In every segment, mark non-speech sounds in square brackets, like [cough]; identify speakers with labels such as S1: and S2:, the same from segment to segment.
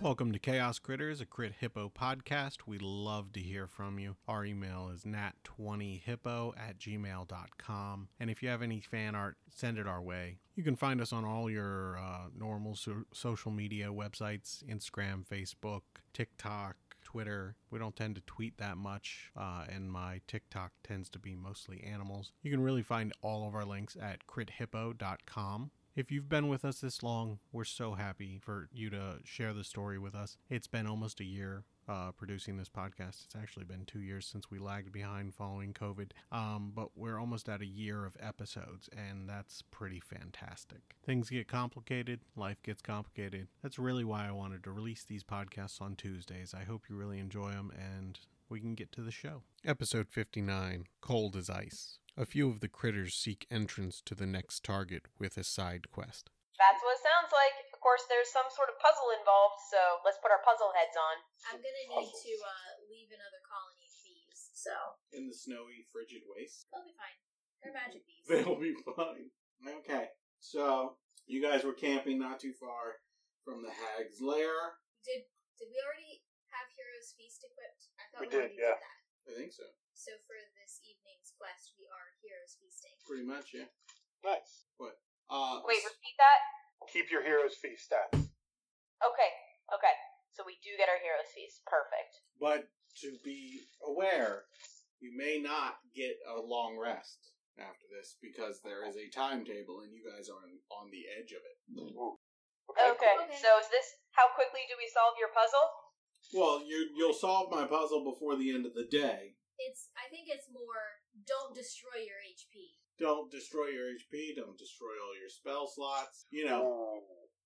S1: Welcome to Chaos Critters, a Crit Hippo podcast. We love to hear from you. Our email is nat20hippo at gmail.com. And if you have any fan art, send it our way. You can find us on all your uh, normal so- social media websites Instagram, Facebook, TikTok, Twitter. We don't tend to tweet that much, uh, and my TikTok tends to be mostly animals. You can really find all of our links at crithippo.com. If you've been with us this long, we're so happy for you to share the story with us. It's been almost a year uh, producing this podcast. It's actually been two years since we lagged behind following COVID, um, but we're almost at a year of episodes, and that's pretty fantastic. Things get complicated, life gets complicated. That's really why I wanted to release these podcasts on Tuesdays. I hope you really enjoy them, and we can get to the show. Episode 59 Cold as Ice. A few of the critters seek entrance to the next target with a side quest.
S2: That's what it sounds like. Of course, there's some sort of puzzle involved, so let's put our puzzle heads on.
S3: I'm gonna need to uh, leave another colony of bees, so
S1: In the snowy, frigid waste.
S3: they'll be fine. They're magic bees.
S1: [laughs] They'll be fine. Okay, so you guys were camping not too far from the hag's lair.
S3: Did did we already have Heroes Feast equipped? I
S4: We
S3: thought we,
S4: did,
S3: already
S4: yeah.
S3: did that.
S1: I think so.
S3: So for this evening's quest, we are Heroes Feasting.
S1: Pretty much, yeah.
S4: Nice.
S1: Uh,
S2: Wait, repeat that?
S4: Keep your heroes feast stats.
S2: Okay, okay. So we do get our hero's feast. Perfect.
S1: But to be aware, you may not get a long rest after this because there is a timetable and you guys are on, on the edge of it.
S2: Okay.
S3: Okay.
S2: So is this how quickly do we solve your puzzle?
S1: Well, you you'll solve my puzzle before the end of the day.
S3: It's I think it's more don't destroy your HP.
S1: Don't destroy your HP. Don't destroy all your spell slots. You know,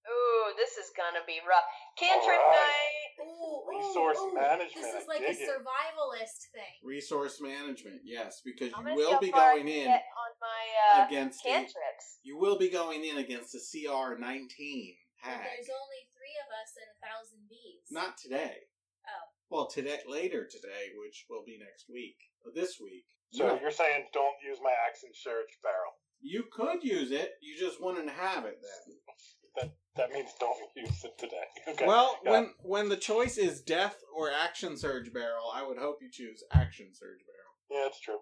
S2: Ooh, this is gonna be rough. Cantrip
S4: All right.
S2: night.
S3: Ooh,
S4: Resource management,
S3: This
S4: I
S3: is like a
S4: dig it.
S3: survivalist thing.
S1: resource management. Yes, because
S2: I'm
S1: you
S2: gonna see
S1: will
S2: how
S1: be
S2: far I
S1: going
S2: can
S1: in
S2: get on my uh,
S1: against a,
S2: cantrips.
S1: you will be going in against a CR nineteen
S3: But
S1: hack.
S3: There's only three of us and a thousand bees.
S1: Not today.
S3: Oh.
S1: Well, today later today, which will be next week. But this week,
S4: So
S1: you,
S4: you're saying don't use my axe and search barrel.
S1: you could use it. You just wouldn't have it then.
S4: That means don't [laughs] use it today. Okay.
S1: Well,
S4: got
S1: when when the choice is death or action surge barrel, I would hope you choose action surge barrel.
S4: Yeah, it's true.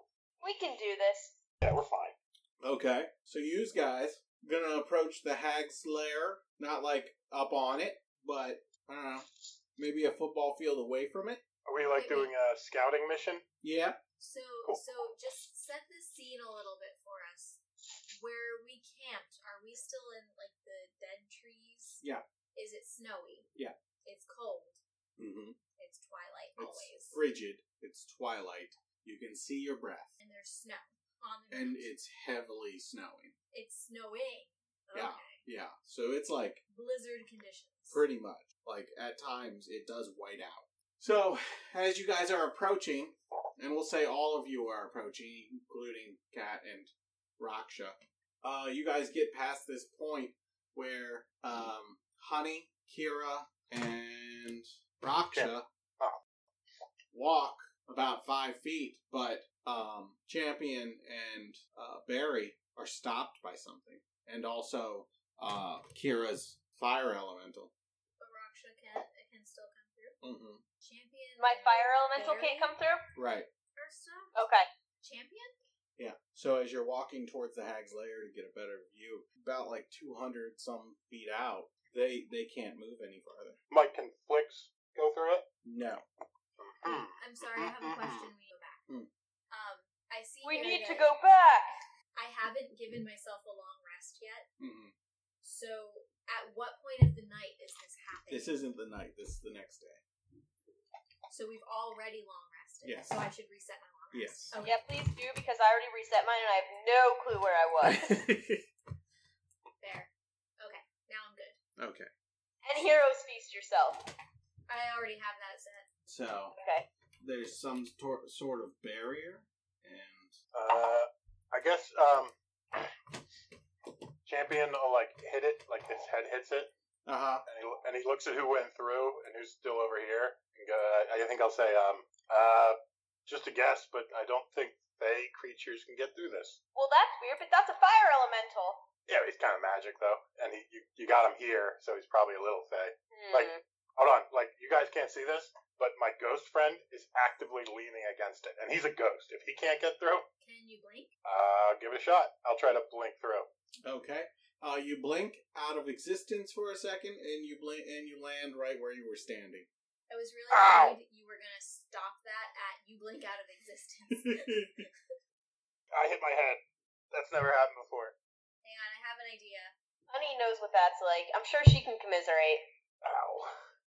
S2: We can do this.
S4: Yeah, we're fine.
S1: Okay. So you guys gonna approach the hag's lair, not like up on it, but I don't know, maybe a football field away from it.
S4: Are we like doing a scouting mission?
S1: Yeah.
S3: So,
S4: Cool.
S3: so just set the scene a little bit for us. Where we camped, are we still in like the dead trees?
S1: Yeah.
S3: Is it snowy?
S1: Yeah.
S3: It's cold.
S1: Mm-hmm.
S3: It's twilight always,
S1: It's frigid. It's twilight. You can see your breath,
S3: and there's snow on the
S1: and
S3: ground.
S1: it's heavily snowing.
S3: it's snowing. Okay.
S1: Yeah. Yeah. So it's like
S3: Blizzard conditions.
S1: pretty much. Like at times, it does white out. So as you guys are approaching, and we'll say all of you are approaching, including Kat and Raksha, uh, you guys get past this point where um, Honey, Kira, and Raksha walk about five feet, but um, Champion and uh, Barry are stopped by something, and also uh, Kira's fire elemental.
S3: But Raksha can can still come through.
S1: Mm-hmm.
S3: Champion.
S2: My fire elemental
S3: Barely.
S2: can't come through.
S1: Right.
S3: First up,
S2: Okay.
S3: champion.
S1: Yeah. So as you're walking towards the hag's lair to get a better view, about like 200 some feet out, they they can't move any farther.
S4: Mike, can flicks go through it? Mm-hmm.
S1: No. Mm.
S3: Wait, I'm sorry, I have a question. We go back.
S1: Hmm.
S3: Um, I see.
S2: We
S3: here
S2: need to
S3: that
S2: go back.
S3: I haven't given myself a long rest yet.
S1: Mm-hmm.
S3: So, at what point of the night is this happening?
S1: This isn't the night. This is the next day.
S3: so we've already long rested.
S1: Yes.
S3: So I should reset my long rest.
S1: Yes.
S3: Okay.
S2: Yeah, please do because I already reset mine and I have no clue where I
S1: [laughs]
S2: was.
S3: Fair. Okay. Now I'm good.
S1: okay.
S2: and heroes feast yourself.
S3: I already have that set.
S1: So
S2: Okay.
S1: there's some tor- sort of barrier, and
S4: Uh, I guess um, Champion will like hit it, like his head hits it,
S5: Uh huh.
S1: uh-huh.
S4: and he, and he looks at who went through and who's still over here. And go, I, I think I'll say, um, uh, just a guess, but I don't think they creatures can get through this.
S2: Well, that's weird, but that's a fire elemental.
S4: Yeah, he's kind of magic though, and he you, you got him here, so he's probably a little fey.
S2: Hmm.
S4: Like- Hold on, like you guys can't see this, but my ghost friend is actively leaning against it, and he's a ghost. If he can't get through,
S3: Can you blink?
S4: uh, give it a shot. I'll try to blink through.
S5: Okay. Uh, you blink out of existence for a second, and you blink, and you land right where you were standing.
S3: I was really
S4: Ow.
S3: worried you were gonna stop that at you blink out of existence.
S4: I hit my head. That's never happened before.
S3: Hang on, I have an idea.
S2: Honey knows what that's like. I'm sure she can commiserate.
S4: Ow.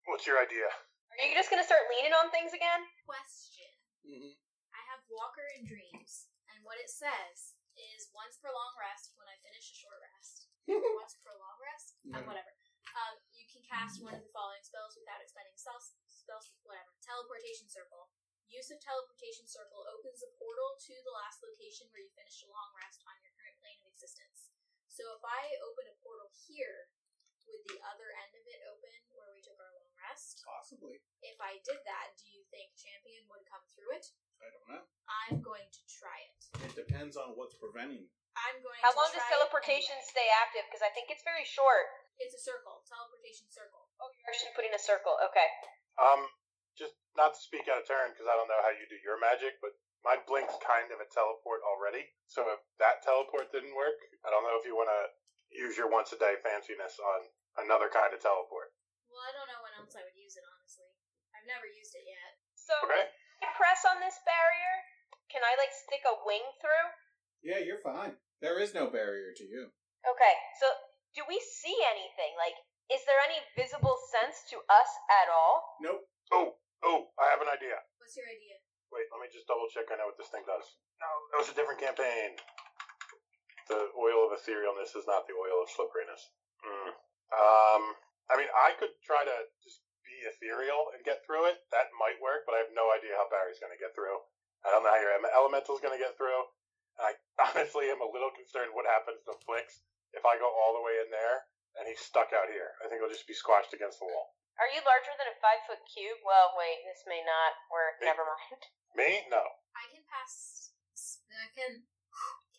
S4: What's your idea?
S2: Are you just gonna start leaning on things again?
S3: Question.
S5: Mhm.
S1: Mm-hmm. [laughs]
S3: I have Walker and Dreams, and what it says is once per long rest when I finish a short rest. once per long rest? Uh,
S5: No.
S3: whatever. Um, you can cast one of the following spells without expending spells, spells, whatever. Teleportation Circle. Use of Teleportation Circle opens a portal to the last location where you finished a long rest on your current plane of existence. So if I open a portal here, would the other end of it open where we took our long rest?
S5: Possibly.
S3: If I did that, do you think Champion would come through it?
S5: I don't know.
S3: I'm going to try it.
S5: It depends on what's preventing.
S3: I'm going.
S2: How
S3: to
S2: long
S3: try
S2: does
S3: it
S2: teleportation
S3: anyway.
S2: stay active? Because I think it's very short.
S3: It's a circle. Teleportation circle.
S2: Oh, you're actually putting a circle. Okay.
S4: Um, just not to speak out of turn because I don't know how you do your magic, but my blink's kind of a teleport already. So if that teleport didn't work, I don't know if you want to use your once a day fanciness on another kind of teleport.
S3: Well, I don't know when else I would use it. Honestly, I've never used it yet.
S2: So
S4: Okay.
S2: if I press on this barrier, can I like stick a wing through?
S5: Yeah, you're fine. There is no barrier to you.
S2: Okay. So do we see anything? Like, is there any visible sense to us at all?
S5: Nope.
S4: Oh, oh, I have an idea.
S3: What's your idea?
S4: Wait, let me just double check. I know what this thing does. No, that was a different campaign. The oil of etherealness is not the oil of slipperiness. Mm. Um, I mean, I could try to just be ethereal and get through it. That might work, but I have no idea how Barry's going to get through. I don't know how your em- elemental's going to get through. I [laughs] honestly am a little concerned what happens to Flicks if I go all the way in there and he's stuck out here. I think he'll just be squashed against the wall.
S2: Are you larger than a five foot cube? Well, wait, this may not work.
S4: Hey.
S2: Never mind.
S4: Me? No.
S3: I can pass. I can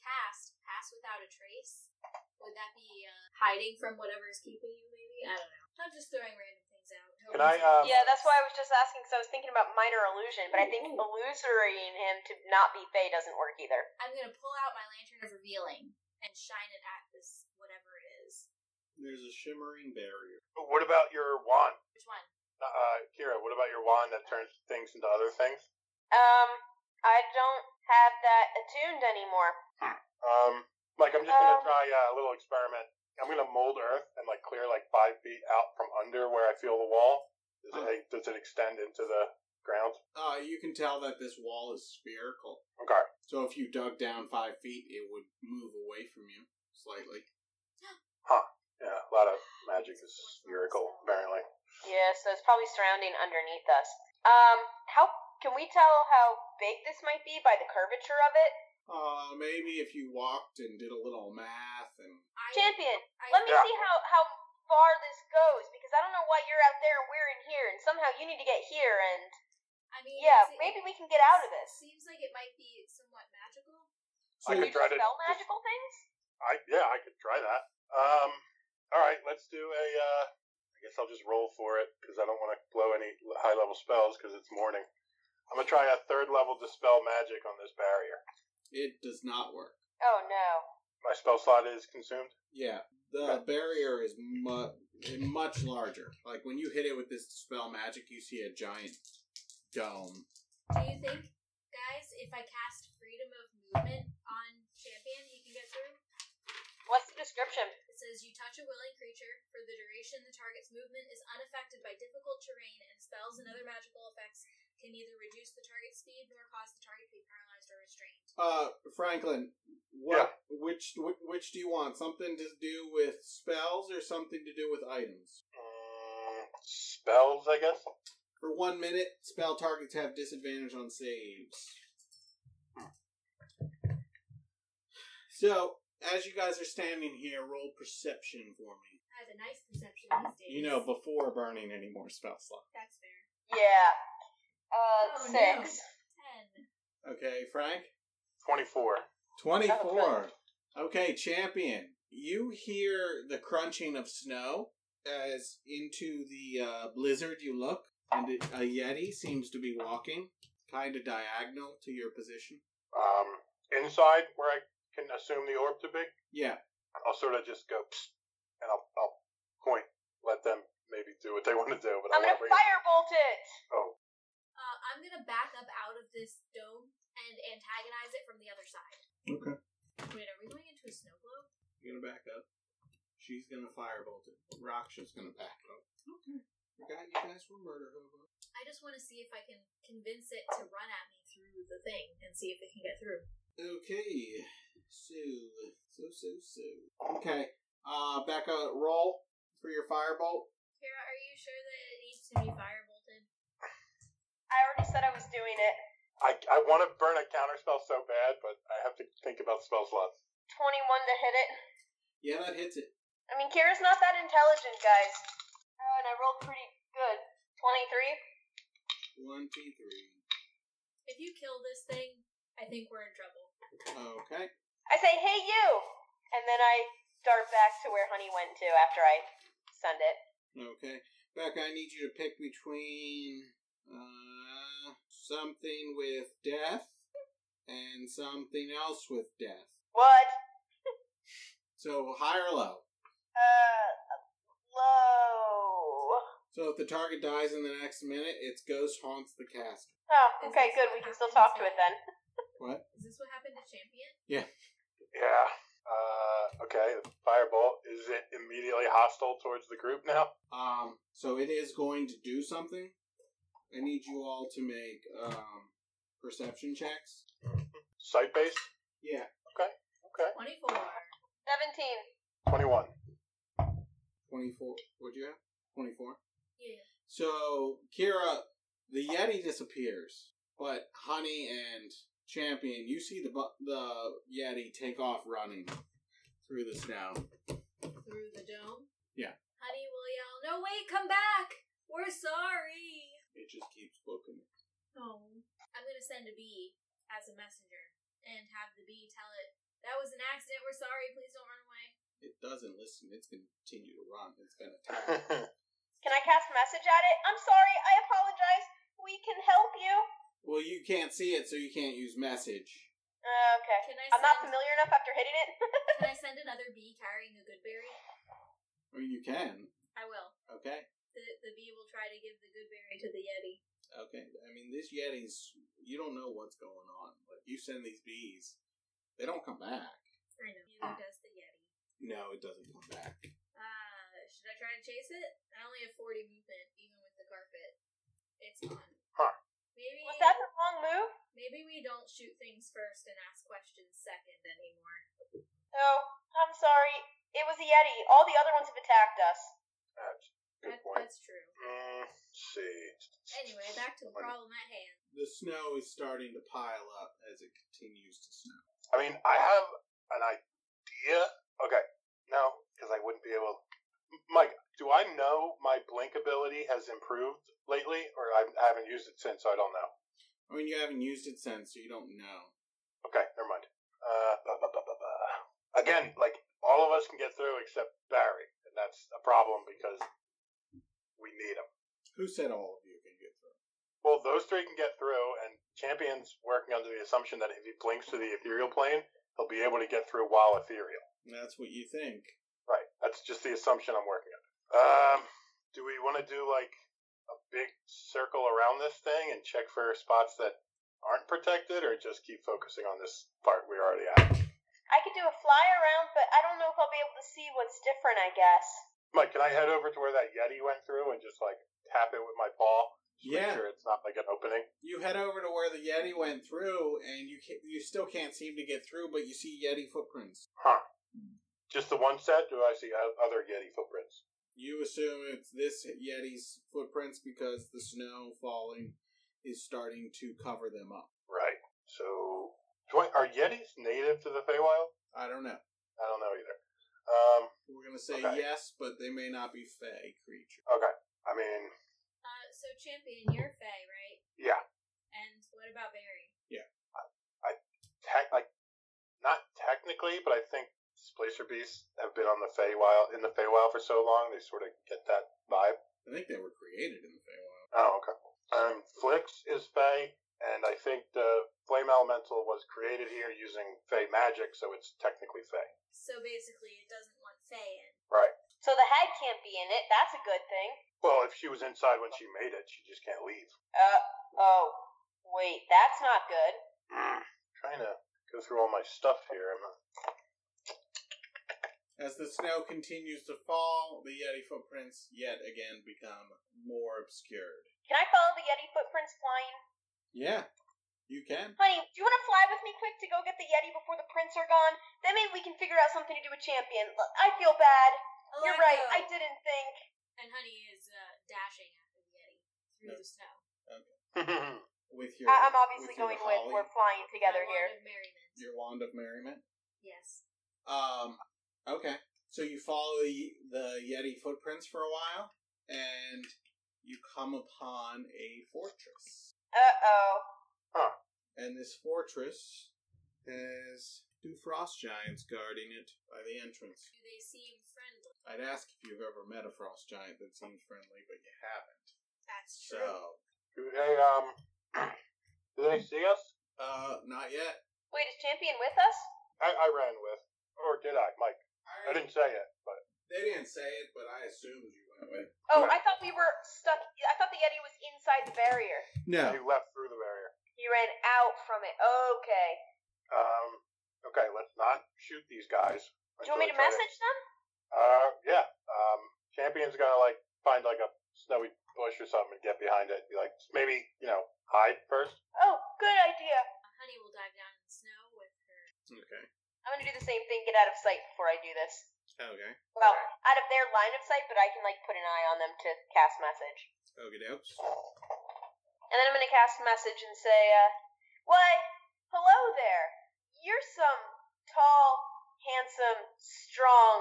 S3: cast pass without a trace. Would that be uh, hiding from whatever is keeping you? Maybe I don't know. I'm just throwing random things out.
S4: Can I, [laughs] um,
S2: Yeah, that's why I was just asking because I was thinking about minor illusion, but I [laughs] think illusorying him to not be Fey doesn't work either.
S3: I'm gonna pull out my lantern of revealing and shine it at this whatever it is.
S5: There's a shimmering barrier.
S4: But what about your wand?
S3: Which one?
S4: Uh, Kira, what about your wand that turns things into other things?
S2: Um, I don't have that attuned anymore.
S4: Um, like I'm just gonna
S2: Um.
S4: try uh, a little experiment. I'm gonna mold Earth and like clear like five feet out from under where I feel the wall. Does it, does it extend into the ground?
S5: Uh, you can tell that this wall is spherical.
S4: Okay.
S5: So if you dug down five feet, it would move away from you slightly.
S4: Yeah, a lot of magic is spherical, apparently.
S2: Yeah, so it's probably surrounding underneath us. Um, how can we tell how big this might be by the curvature of it?
S5: Uh, maybe if you walked and did a little math and
S3: I,
S2: Champion,
S3: I,
S2: let me
S4: Yeah.
S2: see how how far this goes because I don't know why you're out there and we're in here, and somehow you need to get here and.
S3: I mean,
S2: Yeah,
S3: it's-
S2: maybe we can get out of
S3: it
S2: this.
S3: Seems like it might be somewhat magical.
S5: So
S4: I
S5: you
S4: could try to.
S2: spell magical things?
S4: I yeah, I could try that. Um, all right, let's do a. Uh, I guess I'll just roll for it because I don't want to blow any high level spells because it's morning. I'm gonna try a third level dispel magic on this barrier.
S5: it does not work.
S2: Oh no.
S4: My spell slot is consumed.
S5: Yeah, the barrier is mu- much larger. Like when you hit it with this spell magic, you see a giant dome.
S3: Do you think, guys, if I cast freedom of movement on Champion, he can get through?
S2: What's the description?
S3: It says you touch a willing creature for the duration the target's movement is unaffected by difficult terrain, and spells and other magical effects can neither reduce the target's speed nor cause the target to be paralyzed or restrained.
S5: Uh, Franklin, what? Which wh- which do you want? Something to do with spells or something to do with items?
S4: Mm, spells, I guess.
S5: For one minute, spell targets have disadvantage on saves. So
S1: As you guys are standing here, roll perception for me.
S3: I have a nice perception these days.
S1: You know, before burning any more spell slots.
S3: That's fair.
S2: Yeah. Uh,
S3: Oh,
S2: six.
S3: Ten.
S1: Okay, Frank?
S4: 24.
S1: 24. Okay, champion. You hear the crunching of snow as into the uh, blizzard you look, and it- a Yeti seems to be walking kind of diagonal to your position.
S4: Um, inside, where I can assume the orb to be,
S1: Yeah,
S4: I'll sort of just go, psst, and I'll, I'll point, let them maybe do what they [laughs] want to do, but I
S2: I'm
S4: want to
S2: gonna
S4: bring
S2: firebolt it.
S4: Oh,
S3: Uh, I'm gonna back up out of this dome and antagonize it from the other side.
S1: Okay.
S3: Wait, are we going into a snow globe?
S1: you're gonna back up. She's gonna firebolt it. Raksha's gonna back up. Okay. Forgot you guys were murder hobo.
S3: I just want to see if I can convince it to run at me through the thing and see if it can get through.
S1: Okay. So, so, so, so. Okay. Uh, back up. Roll for your firebolt.
S3: Kara, are you sure that it needs to be firebolted?
S2: I already said I was doing it.
S4: I, I want to burn a counterspell so bad, but I have to think about spell slots.
S2: 21 to hit it.
S1: Yeah, that hits it.
S2: I mean, Kira's not that intelligent, guys. Oh, and I rolled pretty good. 23?
S1: One, two, three.
S3: If you kill this thing, I think we're in trouble.
S1: Okay.
S2: I say, hey, you! And then I dart back to where Honey went to after I send it.
S1: Okay. Becca, I need you to pick between uh, something with death and something else with death.
S2: What?
S1: So high or low.
S2: Uh, low.
S1: So if the target dies in the next minute, its ghost haunts the caster.
S2: Oh, okay, good. We can still talk to it then.
S1: What?
S3: Is this what happened to Champion?
S4: Yeah. Uh, okay, the firebolt. Is it immediately hostile towards the group now?
S1: Um. So it is going to do something. I need you all to make um perception checks.
S4: Sight based?
S1: Yeah.
S4: Okay.
S3: 24.
S2: 17.
S4: [laughs] 21.
S1: Twenty four. What'd you have? Twenty four.
S3: Yeah.
S1: So Kira, the Yeti disappears, but Honey and Champion, you see the bu- the Yeti take off running through the snow.
S3: Through the dome?
S1: Yeah.
S3: Honey will yell, No, wait, come back! We're sorry!
S1: It just keeps looking.
S3: Oh. I'm gonna send a bee as a messenger and have the bee tell it, That was an accident, we're sorry, please don't run away.
S1: It doesn't listen. It's going to continue to run. It's been attacked.
S4: [laughs]
S2: Can I cast message at it? I'm sorry. I apologize. We can help you.
S1: well, you can't see it, so you can't use message.
S2: Uh, okay.
S3: Can I
S2: I'm not
S3: send-
S2: familiar enough after hitting it. [laughs]
S3: Can I send another bee carrying a good berry?
S1: I mean, you can.
S3: I will.
S1: Okay.
S3: The, the bee will try to give the good berry to the Yeti.
S1: Okay. I mean, these Yetis, you don't know what's going on. Like, you send these bees, they don't come back.
S3: I know.
S4: Ah.
S3: Neither does the Yeti.
S1: No, it doesn't come back.
S3: Uh, should I try to chase it? I only have 40 movement, even with the carpet. It's on.
S4: Huh.
S3: Maybe,
S2: Was that the wrong move?
S3: maybe we don't shoot things first and ask questions second anymore.
S2: Oh, I'm sorry. It was a Yeti. All the other ones have attacked us.
S4: That's a good
S3: That,
S4: point.
S3: that's true.
S4: Mm, let's see.
S3: Anyway, back to the
S4: Like,
S3: problem at hand.
S1: The snow is starting to pile up as it continues to snow.
S4: I mean, I have an idea. Okay. No, because I wouldn't be able. Mike, do I know my blink ability has improved lately, or I I haven't used it since, so I don't know.
S1: I mean, you haven't used it since, so you don't know.
S4: Okay, never mind. Uh, ba, ba, ba, ba, ba. Again, like all of us can get through except Barry, and that's a problem because we need him.
S1: Who said all of you can get through?
S4: Well, those three can get through, and Champion's working under the assumption that if he blinks to the ethereal plane, he'll be able to get through while ethereal.
S1: That's what you think.
S4: Right. That's just the assumption I'm working under. Um, do we want to do like a big circle around this thing and check for spots that aren't protected, or just keep focusing on this part we already at?
S2: I could do a fly around, but I don't know if I'll be able to see what's different, I guess.
S4: Mike, can I head over to where that Yeti went through and just like tap it with my paw? Just
S1: Yeah.
S4: Make sure it's not like an opening.
S1: You head over to where the Yeti went through, and you can, you still can't seem to get through, but you see Yeti footprints.
S4: Huh. Just the one set? Do I see o- other Yeti footprints?
S1: You assume it's this Yeti's footprints because the snow falling is starting to cover them up.
S4: Right. So, do I, are Yetis native to the Feywild?
S1: I don't know.
S4: I don't know either. Um,
S1: We're gonna say
S4: Okay.
S1: yes, but they may not be fey creature.
S4: okay. I mean,
S3: Uh, so champion, you're Fey, right?
S4: yeah,
S3: And what about Barry?
S4: tech, like not technically, but I think Splacer Beasts have been on the Feywild in the Feywild for so long they sort of get that vibe.
S1: I think they were created in the Feywild.
S4: Oh, okay. Um, Flix is Fey, and I think the Flame Elemental was created here using Fey magic, so it's technically Fey.
S3: So basically, it doesn't want Fey in.
S4: Right.
S2: So the hag can't be in it. That's a good thing.
S4: Well, if she was inside when she made it, she just can't leave.
S2: Uh oh. Wait, that's not good.
S4: Mm. Trying to go through all my stuff here. I'm not... [laughs]
S1: As the snow continues to fall, the Yeti footprints yet again become more obscured.
S2: Can I follow the Yeti footprints flying?
S1: Yeah, you can.
S2: Honey, do you want to fly with me quick to go get the Yeti before the prints are gone? Then maybe we can figure out something to do with Champion. Look, I feel bad.
S3: Oh,
S2: You're right. I
S3: Alignment.
S2: didn't think.
S3: And Honey is uh, dashing after the Yeti through
S1: Yeah.
S3: the snow.
S1: With your,
S2: I- I'm obviously
S1: with your
S2: going with.
S1: holly,
S2: We're flying together
S3: Wand
S2: here.
S3: of merriment.
S1: your wand of merriment.
S3: Yes.
S1: Um, okay. So you follow the, the Yeti footprints for a while, and you come upon a fortress.
S2: Uh oh.
S1: And this fortress has two frost giants guarding it by the entrance.
S3: Do they seem friendly?
S1: I'd ask if you've ever met a frost giant that seems friendly, but you haven't.
S3: That's true.
S1: So,
S4: Do they um?
S2: [clears throat]
S4: Do they see us?
S1: uh, not yet.
S2: Wait, is Champion with us?
S4: I, I ran with, or did I, Mike? I didn't say it, but
S1: They didn't say it, but I assumed you went with.
S2: Oh, I
S4: Right.
S2: thought we were stuck. I thought the Yeti was inside the barrier.
S1: No.
S4: you left through the barrier.
S2: He ran out from it. Okay.
S4: Um. Okay, let's not shoot these guys.
S2: Do you want me to
S4: Until I try
S2: message them?
S4: Uh, yeah. Um, champion's gonna like find like a snowy bush or something and get behind it. And be like, maybe you know, hide first. [laughs]
S2: Oh, good idea.
S3: Uh, Honey will dive down in the snow with her.
S1: Okay.
S2: I'm gonna do the same thing. Get out of sight before I do this.
S1: Okay.
S2: Well, out of their line of sight, but I can like put an eye on them to cast message.
S1: Okie dokes.
S2: And then I'm gonna cast a message and say, uh, "Why, hello there. You're some tall, handsome, strong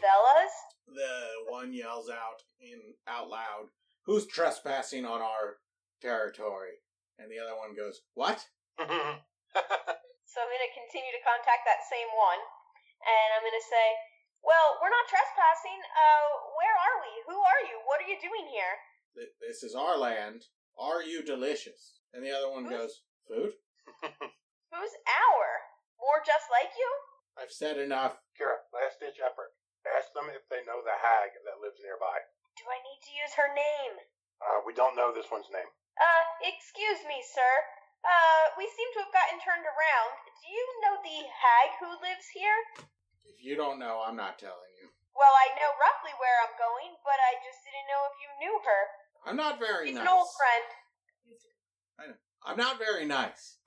S2: fellas.
S1: The one yells out in out loud, "Who's trespassing on our territory?" And the other one goes, "What?"
S2: So I'm gonna continue to contact that same one, and I'm gonna say, "Well, we're not trespassing. Uh, where are we? Who are you? What are you doing here?
S1: Th- This is our land. Are you delicious? And the other one goes, "Food?
S2: Who's our? More just like you?
S1: I've said enough."
S4: Kira, last ditch effort. Ask them if they know the hag that lives nearby.
S2: Do I need to use her name?
S4: Uh, we don't know this one's name.
S2: Uh, excuse me, sir. Uh, we seem to have gotten turned around. Do you know the hag who lives here?
S1: If you don't know, I'm not telling you.
S2: Well, I know roughly where I'm going, but I just didn't know if you knew her.
S1: I'm not very
S2: She's
S1: nice.
S2: an old friend.
S3: You have to
S1: I'm not very nice.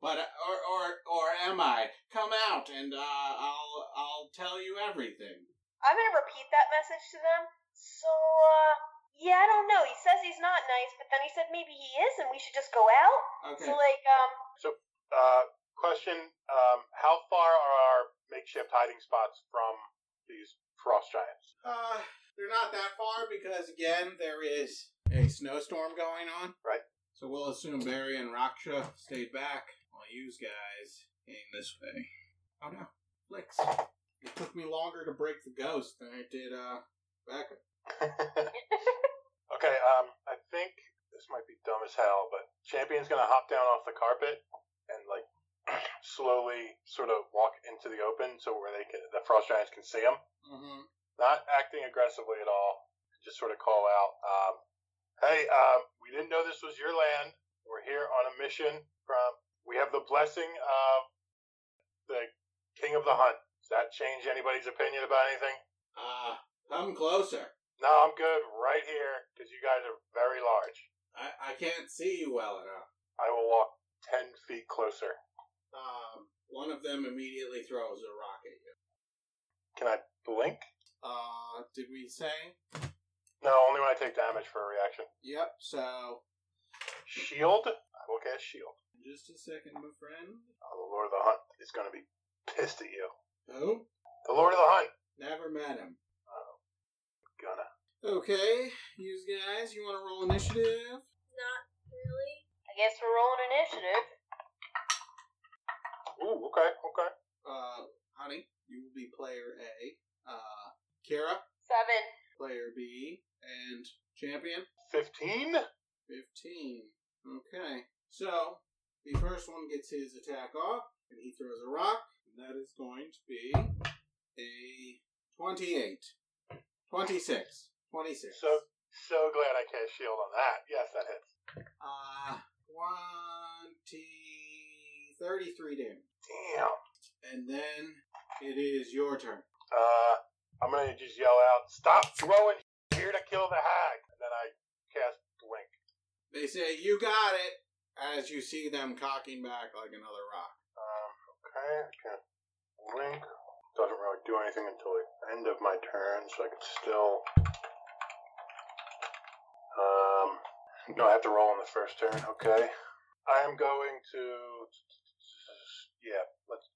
S1: But or or or am I? Come out and uh, I'll I'll tell you everything.
S2: I'm gonna repeat that message to them. So, uh, yeah, I don't know. He says he's not nice, but then he said maybe he is and we should just go out.
S1: Okay.
S2: So, like, um,
S4: Uh, question: um, How far are our makeshift hiding spots from these frost giants?
S1: Uh, they're not that far because again there is a snowstorm going on.
S4: Right.
S1: So we'll assume Barry and Raksha stayed back while you guys came this way. Oh no, Flicks. It took me longer to break the ghost than it did uh back.
S4: Okay. Um, I think this might be dumb as hell, but champion's gonna hop down off the carpet and like [clears throat] slowly sort of walk into the open, so where they can, the frost giants can see him.
S1: Mm-hmm.
S4: Not acting aggressively at all. Just sort of call out, um, "Hey, um, we didn't know this was your land. We're here on a mission from. We have the blessing of the king of the hunt. Does that change anybody's opinion about anything?
S1: Uh, come closer.
S4: No, I'm good right here because you guys are very large.
S1: I I can't see you well enough.
S4: I will walk ten feet closer.
S1: Um, one of them immediately throws a rock at you.
S4: Can I blink?
S1: Uh, did we say?
S4: No, only when I take damage for a reaction.
S1: Yep. So
S4: Shield. I will cast shield.
S1: just a second, my friend.
S4: Oh, the Lord of the Hunt is going to be pissed at you.
S1: No,
S4: The Lord of the Hunt.
S1: never met him.
S4: Gonna.
S1: Okay, you guys, you want to roll initiative?
S3: Not really.
S2: I guess we're rolling initiative.
S4: Ooh, okay, okay.
S1: Uh, honey, you will be player A. Uh, Kara,
S2: Seven.
S1: player B, and champion.
S4: 15?
S1: 15. Okay. So, the first one gets his attack off, and he throws a rock, and that is going to be a 28. 26. 26.
S4: So, so glad I cast shield on that. Yes, that hits.
S1: uh, 20. 33 damage.
S4: Damn.
S1: And then it is your turn.
S4: Uh, I'm gonna just yell out, stop throwing here to kill the hag. And then I cast blink.
S1: They say, You got it! As you see them cocking back like another rock.
S4: Um, okay, I can blink. Doesn't really do anything until the end of my turn, so I can still. Um, no, I have to roll on the first turn. Okay, I am going to. Yeah, let's.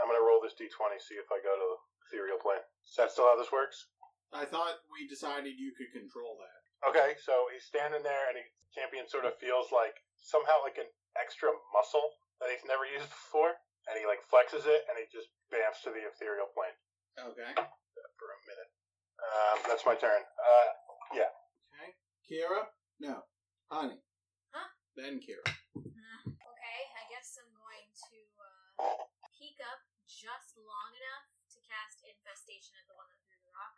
S4: I'm gonna roll this d20, see if I go to the ethereal plane. Is that still how this works?
S1: I thought we decided you could control that.
S4: Okay, so he's standing there, and he champion sort of feels like somehow like an extra muscle that he's never used before, and he like flexes it, and he just bamps to the ethereal plane
S1: Okay.
S4: for a minute. Um, that's my turn. Uh,
S1: Okay. Kira? No. Honey.
S3: Huh?
S1: Then Kira.
S3: Uh, [laughs] okay, I guess I'm going to uh, peek up just long enough to cast infestation at the one that threw the rock.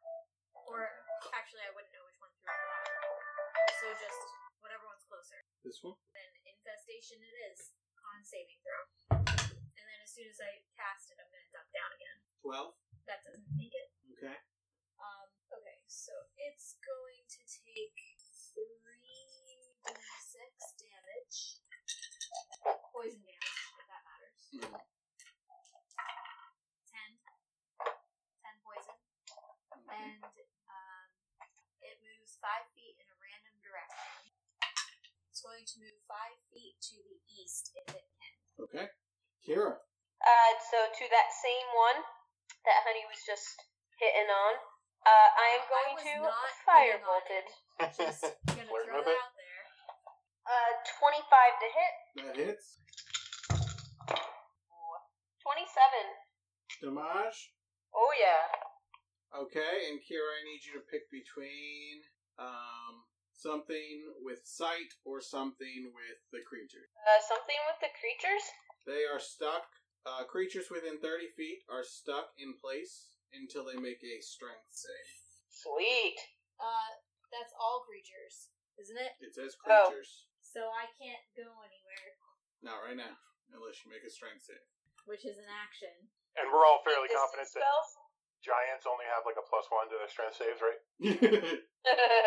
S3: Or actually, I wouldn't know which one threw the rock. So just whatever one's closer.
S1: This one?
S3: Then infestation it is on saving throw. And then as soon as I cast it, I'm going to duck down again.
S1: 12.
S3: That doesn't make it.
S1: Okay.
S3: Um, okay, so it's going to take 3d6 damage. Poison damage, if that matters.
S1: Mm.
S3: 10. 10 poison. And um, it moves 5 feet in a random direction. It's going to move 5 feet to the east if it can.
S1: Okay. Kira.
S2: Uh, so to that same one that Honey was just hitting on, uh, I am
S3: I
S2: going
S3: was
S2: to
S3: not hitting on
S2: firebolt
S3: it.
S2: it.
S3: Just gonna
S4: Flirt
S3: throw
S4: with
S3: that
S4: it?
S3: out there.
S2: Uh, 25 to hit.
S1: That hits.
S2: Ooh, 27.
S1: Damage.
S2: Oh, yeah.
S1: Okay. And Kira, I need you to pick between um, something with sight or something with the creature.
S2: Uh, something with the creatures?
S1: They are stuck. Uh, creatures within 30 feet are stuck in place until they make a strength save.
S2: Sweet.
S3: Uh, that's all creatures, isn't it?
S1: It says
S2: Oh.
S1: creatures.
S3: So I can't go anywhere,
S1: Not right now, unless you make a strength save.
S3: which is an action.
S4: and we're all fairly
S2: Distance
S4: confident that
S2: spells?
S4: giants only have like a plus one to their strength saves, right? [laughs]
S1: [laughs]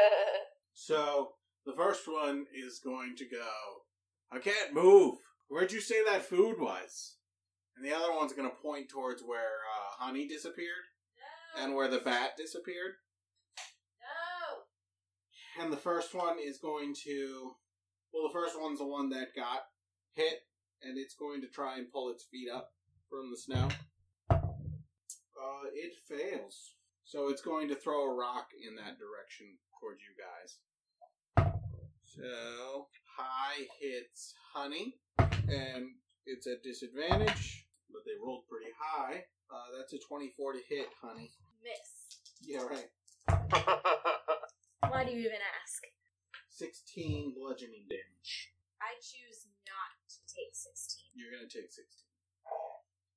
S1: So the first one is going to go. I can't move. Where'd you say that food was? And the other one's going to point towards where uh, honey disappeared
S3: No.
S1: and where the bat disappeared.
S3: no.
S1: And the first one is going to. Well, the first one's the one that got hit, and it's going to try and pull its feet up from the snow. Uh, it fails. So it's going to throw a rock in that direction towards you guys. So, high hits honey, and it's at disadvantage, but they rolled pretty high. Uh, that's a 24 to hit, honey.
S3: Miss.
S1: Yeah, right.
S3: Why do you even ask?
S1: 16 bludgeoning damage.
S3: I choose not to take 16.
S1: You're going to take 16.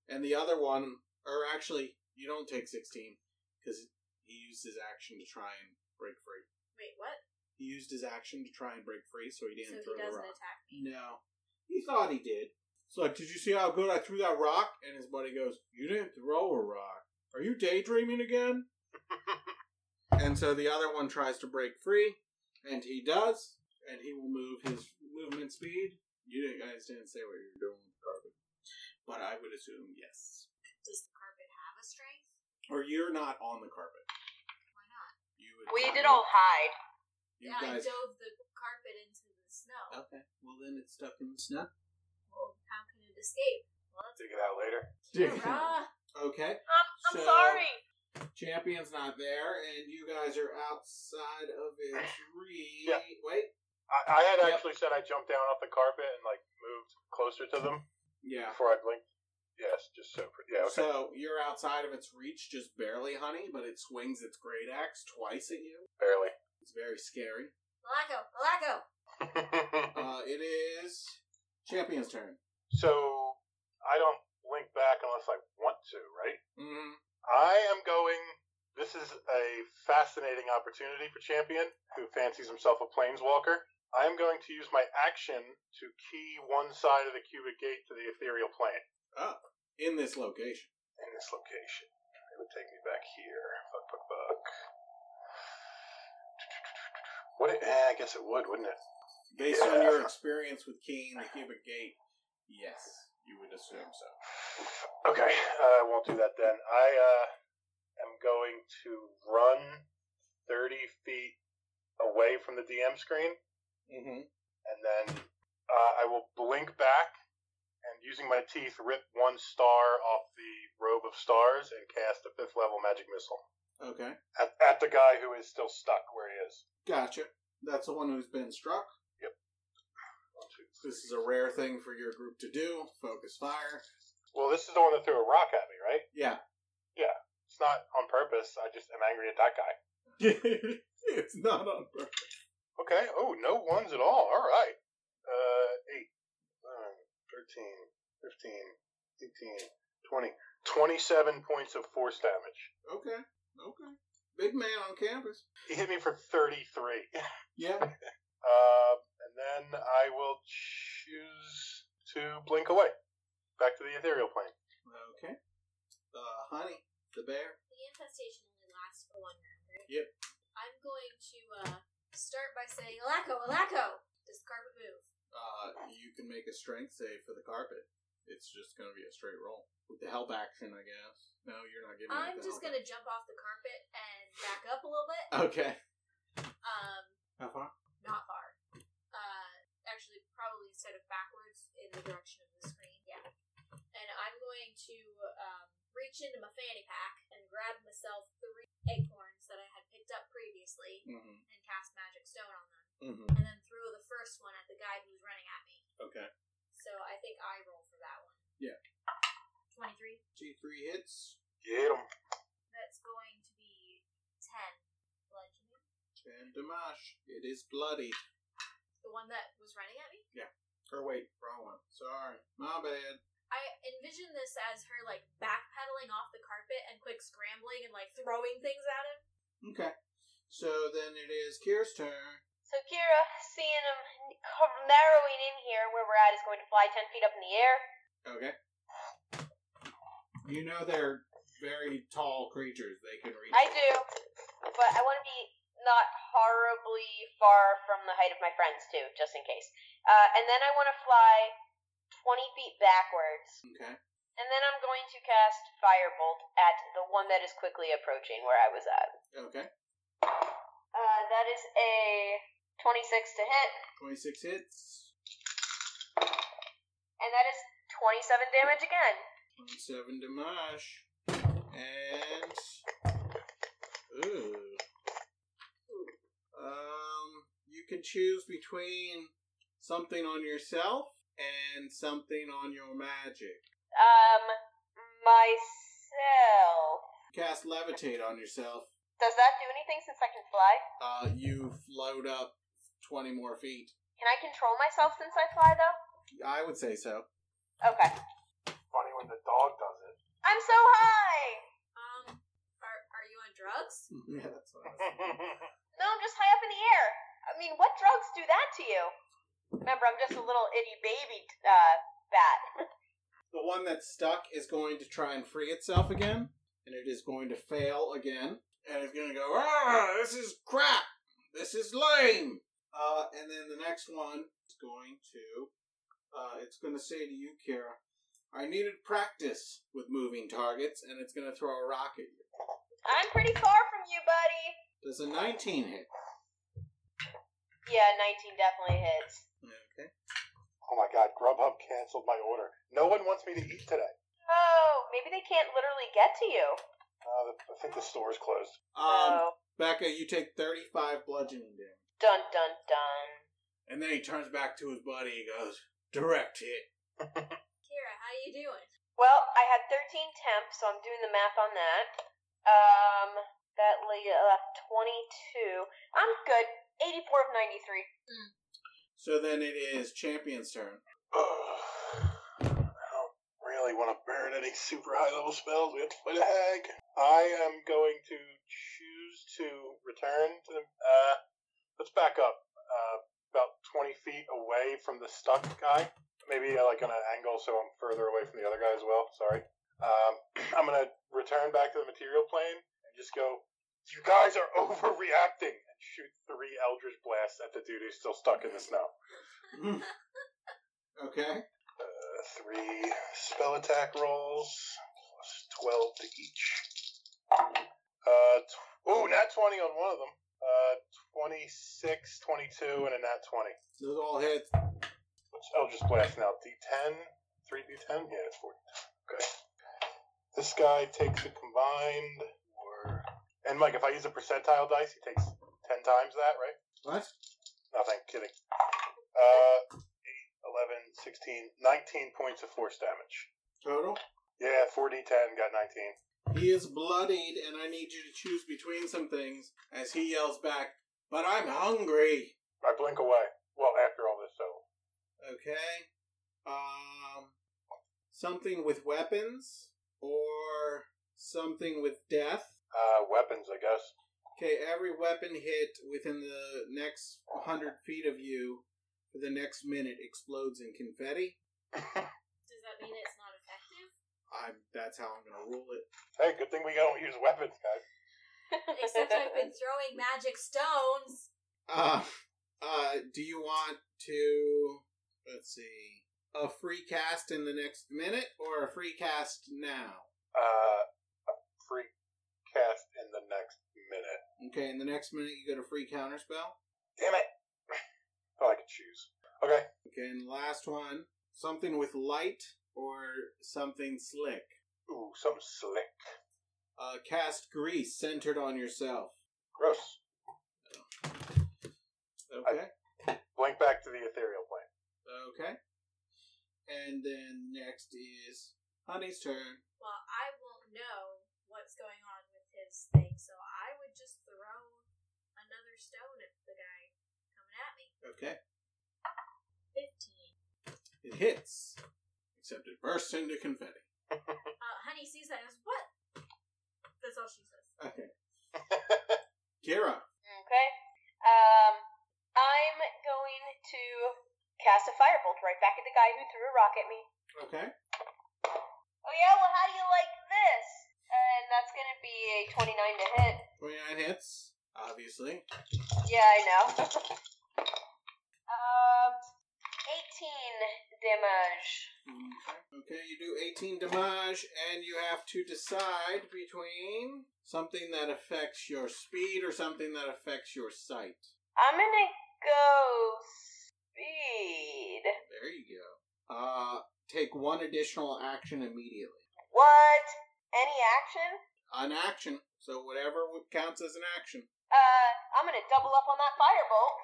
S1: And the other one, or actually, you don't take 16 because he used his action to try and break free.
S3: Wait, what?
S1: He used his action to try and break free, so he
S3: so
S1: didn't
S3: he
S1: throw the
S3: doesn't
S1: rock.
S3: attack me.
S1: No. He thought he did. It's like, did you see how good I threw that rock? And his buddy goes, You didn't throw a rock. Are you daydreaming [laughs] again? and so the other one tries to break free, and he does, and he will move his movement speed. You didn't, guys didn't say what you were doing with the carpet. But I would assume yes.
S3: Does the carpet have a strength?
S1: Or you're not on the carpet.
S3: Why not?
S1: You would
S2: [laughs] we did all hide.
S1: You
S3: yeah,
S1: guys. Oh.
S3: I dove the carpet into the snow.
S1: Okay. Well, then it's stuck in the snow.
S3: Well, how can it escape? Well, that's
S4: Figure it out later.
S3: Kira.
S1: [laughs] Okay.
S2: I'm, I'm
S1: So-
S2: sorry.
S1: Champion's not there, and you guys are outside of
S4: [clears throat]
S1: its reach.
S4: Yeah.
S1: Wait.
S4: I, I had
S1: Yep.
S4: actually said I jumped down off the carpet and like moved closer to them
S1: Yeah.
S4: before I blinked. Yes, just so. pr- Yeah, okay.
S1: So you're outside of its reach, just barely, honey, but it swings its great axe twice at you.
S4: barely. [laughs]
S1: It's very scary.
S3: Malaco, Malaco.
S1: Uh, it is Champion's turn.
S4: so I don't blink back unless I want to, right?
S1: Mm.
S4: I am going. This is a fascinating opportunity for Champion, who fancies himself a planeswalker. I am going to use my action to key one side of the cubic gate to the ethereal plane
S1: In this location.
S4: in this location. It would take me back here. Buck, buck, buck. Would it? Eh, I guess it would, wouldn't it?
S1: Based on your experience with keying the cubic gate, yes, you would assume so.
S4: Okay, uh, I won't do that then. I uh, am going to run 30 feet away from the DM screen.
S1: Mm-hmm.
S4: and then uh, I will blink back and using my teeth rip one star off the robe of stars and cast a fifth level magic missile
S1: Okay.
S4: at, at the guy who is still stuck where he is.
S1: Gotcha. That's the one who's been struck.
S4: One, two, three.
S1: This is a rare thing for your group to do. Focus fire.
S4: Well, this is the one that threw a rock at me, right?
S1: Yeah.
S4: It's not on purpose. I just am angry at that guy.
S1: [laughs] it's not on purpose.
S4: Okay. Oh, no ones at all. All right. Uh, 8, nine, 13, 15, 18, 20. 27 points of force damage.
S1: Okay. Okay. Big man on campus.
S4: He hit me for 33.
S1: Yeah.
S4: Uh, and then I will choose to blink away. Back to the ethereal plane.
S1: Okay. Uh, honey, the bear.
S3: The infestation only lasts for one round, right?
S1: Yep.
S3: I'm going to uh, start by saying, Alaco, Alaco! Does the carpet move?
S1: Uh, you can make a strength save for the carpet. It's just going to be a straight roll with the help action, I guess. No, you're not giving.
S3: I'm just going to jump off the carpet and back up a little bit.
S1: Okay.
S3: Um,
S1: How far?
S3: not far. Uh, actually, probably instead of backwards in the direction of the screen. Yeah. And I'm going to um, reach into my fanny pack and grab myself three acorns that I had picked up previously
S1: Mm-hmm.
S3: and cast magic stone on them,
S1: Mm-hmm.
S3: and then throw the first one at the guy who's running at me.
S1: Okay.
S3: So I think I roll for that one.
S1: Yeah.
S3: Twenty-three.
S1: Two, three hits.
S4: Get him.
S3: That's going to be ten. Blood damage.
S1: And Dimash, it is bloody.
S3: The one that was running at me.
S1: Or wait, wrong one. Sorry, my bad.
S3: I envision this as her like backpedaling off the carpet and quick scrambling and like throwing things at him.
S1: Okay. So then it is Kira's turn.
S2: So Kira, seeing him n- narrowing in here where we're at, is going to fly ten feet up in the air.
S1: Okay. You know they're very tall creatures. They can reach.
S2: I do, but I want to be not horribly far from the height of my friends too, just in case. Uh, and then I want to fly twenty feet backwards,
S1: Okay.
S2: and then I'm going to cast Firebolt at the one that is quickly approaching where I was at.
S1: Okay.
S2: Uh, that is a twenty-six to hit,
S1: 26 hits,
S2: and that is twenty-seven damage again.
S1: 27 damage, and. Ooh. Um, you can choose between something on yourself and something on your magic.
S2: Um, myself.
S1: Cast levitate on yourself.
S2: Does that do anything since I can fly?
S1: Uh, you float up 20 more feet.
S2: Can I control myself since I fly though?
S1: I would say so. [laughs]
S2: Okay.
S4: Funny when the dog does [laughs] it.
S2: I'm so high!
S3: Um, are are you on drugs?
S1: yeah, that's what I was thinking.
S4: Oh
S2: No, I'm just high up in the air. I mean, what drugs do that to you? Remember, I'm just a little itty baby uh, bat.
S1: The one that's stuck is going to try and free itself again, and it is going to fail again, and it's going to go, ah, this is crap, this is lame. Uh, and then the next one is going to, uh, it's going to say to you, Kira, I needed practice with moving targets, and it's going to throw a rock at you.
S2: I'm pretty far from you, buddy.
S1: Does a 19 hit?
S2: Yeah, 19 definitely hits.
S1: Okay.
S4: oh my god, Grubhub canceled my order. No one wants me to eat today.
S2: Oh, maybe they can't literally get to you.
S4: Uh, the- I think the store's closed.
S2: oh,
S1: Um, Becca, you take 35 bludgeoning damage.
S2: dun dun dun.
S1: And then he turns back to his buddy and goes, direct hit.
S3: Kira, how you doing?
S2: Well, I had 13 temps, so I'm doing the math on that. Um, that left 22. I'm good. 84 of 93.
S1: So then it is champion's turn.
S4: I don't really want to burn any [laughs] super high level spells. We have to fight a hag. I am going to choose to return to the. Uh, let's back up uh, about 20 feet away from the stuck guy. Maybe uh, like on an angle so I'm further away from the other guy as well. Sorry. Um, [clears throat] I'm going to return back to the material plane and just go, You guys are [laughs] overreacting! And shoot three Eldritch Blasts at the dude who's still stuck in the snow.
S1: Mm. Okay.
S4: Uh, three spell attack rolls, plus 12 to each. Uh, tw- ooh, nat 20 on one of them. Uh, 26, 22, and a nat 20.
S1: Those all hits.
S4: Which Eldritch Blast now. D10, 3d10? Yeah, it's 4 Okay. This guy takes a combined, or... And Mike, if I use a percentile dice, he takes 10 times that, right?
S1: What?
S4: Nothing, kidding. Uh, 8, 11, 16, 19 points of force damage.
S1: Total?
S4: Yeah, 4d10 got 19.
S1: He is bloodied, and I need you to choose between some things as he yells back, But I'm hungry!
S4: I blink away. Well, after all this, so.
S1: Okay. Um, something with weapons, or something with death.
S4: Uh, weapons, I
S2: [laughs]
S4: guess.
S1: Okay, every weapon hit within the next 100 feet of you for the next minute explodes in confetti.
S3: Does that mean it's not effective?
S1: I, that's how I'm going to rule it.
S4: Hey, good thing we don't use weapons, guys.
S3: Except I've been throwing magic stones.
S1: Uh, uh, do you want to, let's see, a free cast in the next minute or a free cast now?
S4: Uh, a free cast in the next minute.
S1: Okay, in the next minute you get a free counter spell.
S4: Damn it! [laughs] oh, I could choose. Okay.
S1: Okay, and the last one, something with light or something slick.
S4: Ooh, something slick.
S1: Uh, cast grease centered on yourself.
S4: Gross.
S1: Okay.
S4: Blink back to the ethereal plane.
S1: Okay. And then next is Honey's turn.
S3: Well, I won't know what's going on with his thing, so I would just throw another stone at the guy coming at me.
S1: Okay.
S3: 15.
S1: It hits, except it bursts into confetti.
S3: Uh, honey sees that and goes, What? That's all she says.
S1: Okay. Kira.
S2: [laughs] Okay. Um, I'm going to cast a firebolt right back at the guy who threw a rock at me.
S1: Okay.
S2: Oh, yeah? Well, how do you like this? And that's going to be a 29 to hit.
S1: 29 hits, obviously.
S2: Yeah, I know. [laughs] um, 18 damage.
S1: Okay, you do 18 damage, and you have to decide between something that affects your speed or something that affects your sight.
S2: I'm going to go speed.
S1: There you go. Uh, take one additional action immediately.
S2: What? Any action?
S1: An action, so whatever counts as an action.
S2: Uh, I'm gonna double up on that firebolt.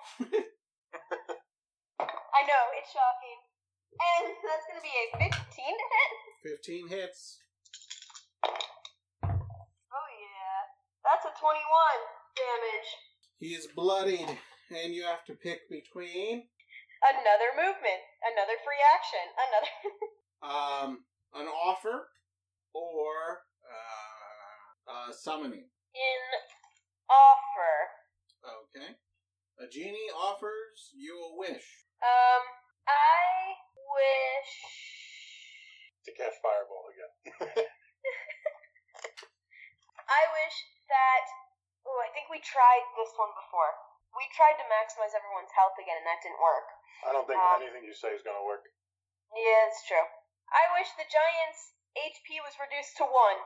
S2: I know, it's shocking. And that's gonna be a 15 to hit?
S1: 15 hits.
S2: Oh yeah. That's a 21 damage.
S1: He is bloodied, and you have to pick between
S2: Another movement, another free action, another. [laughs]
S1: um, an offer or uh, uh, summoning.
S2: In offer.
S1: Okay. A genie offers you a wish. [laughs]
S2: Um, I wish.
S4: To cast Fireball again.
S2: I wish that. Oh, I think we tried this one before. We tried to maximize everyone's health again, and that didn't work.
S4: I don't think
S2: Uh,
S4: anything you say is going to work.
S2: Yeah, it's true. I wish the Giants' HP was reduced to one.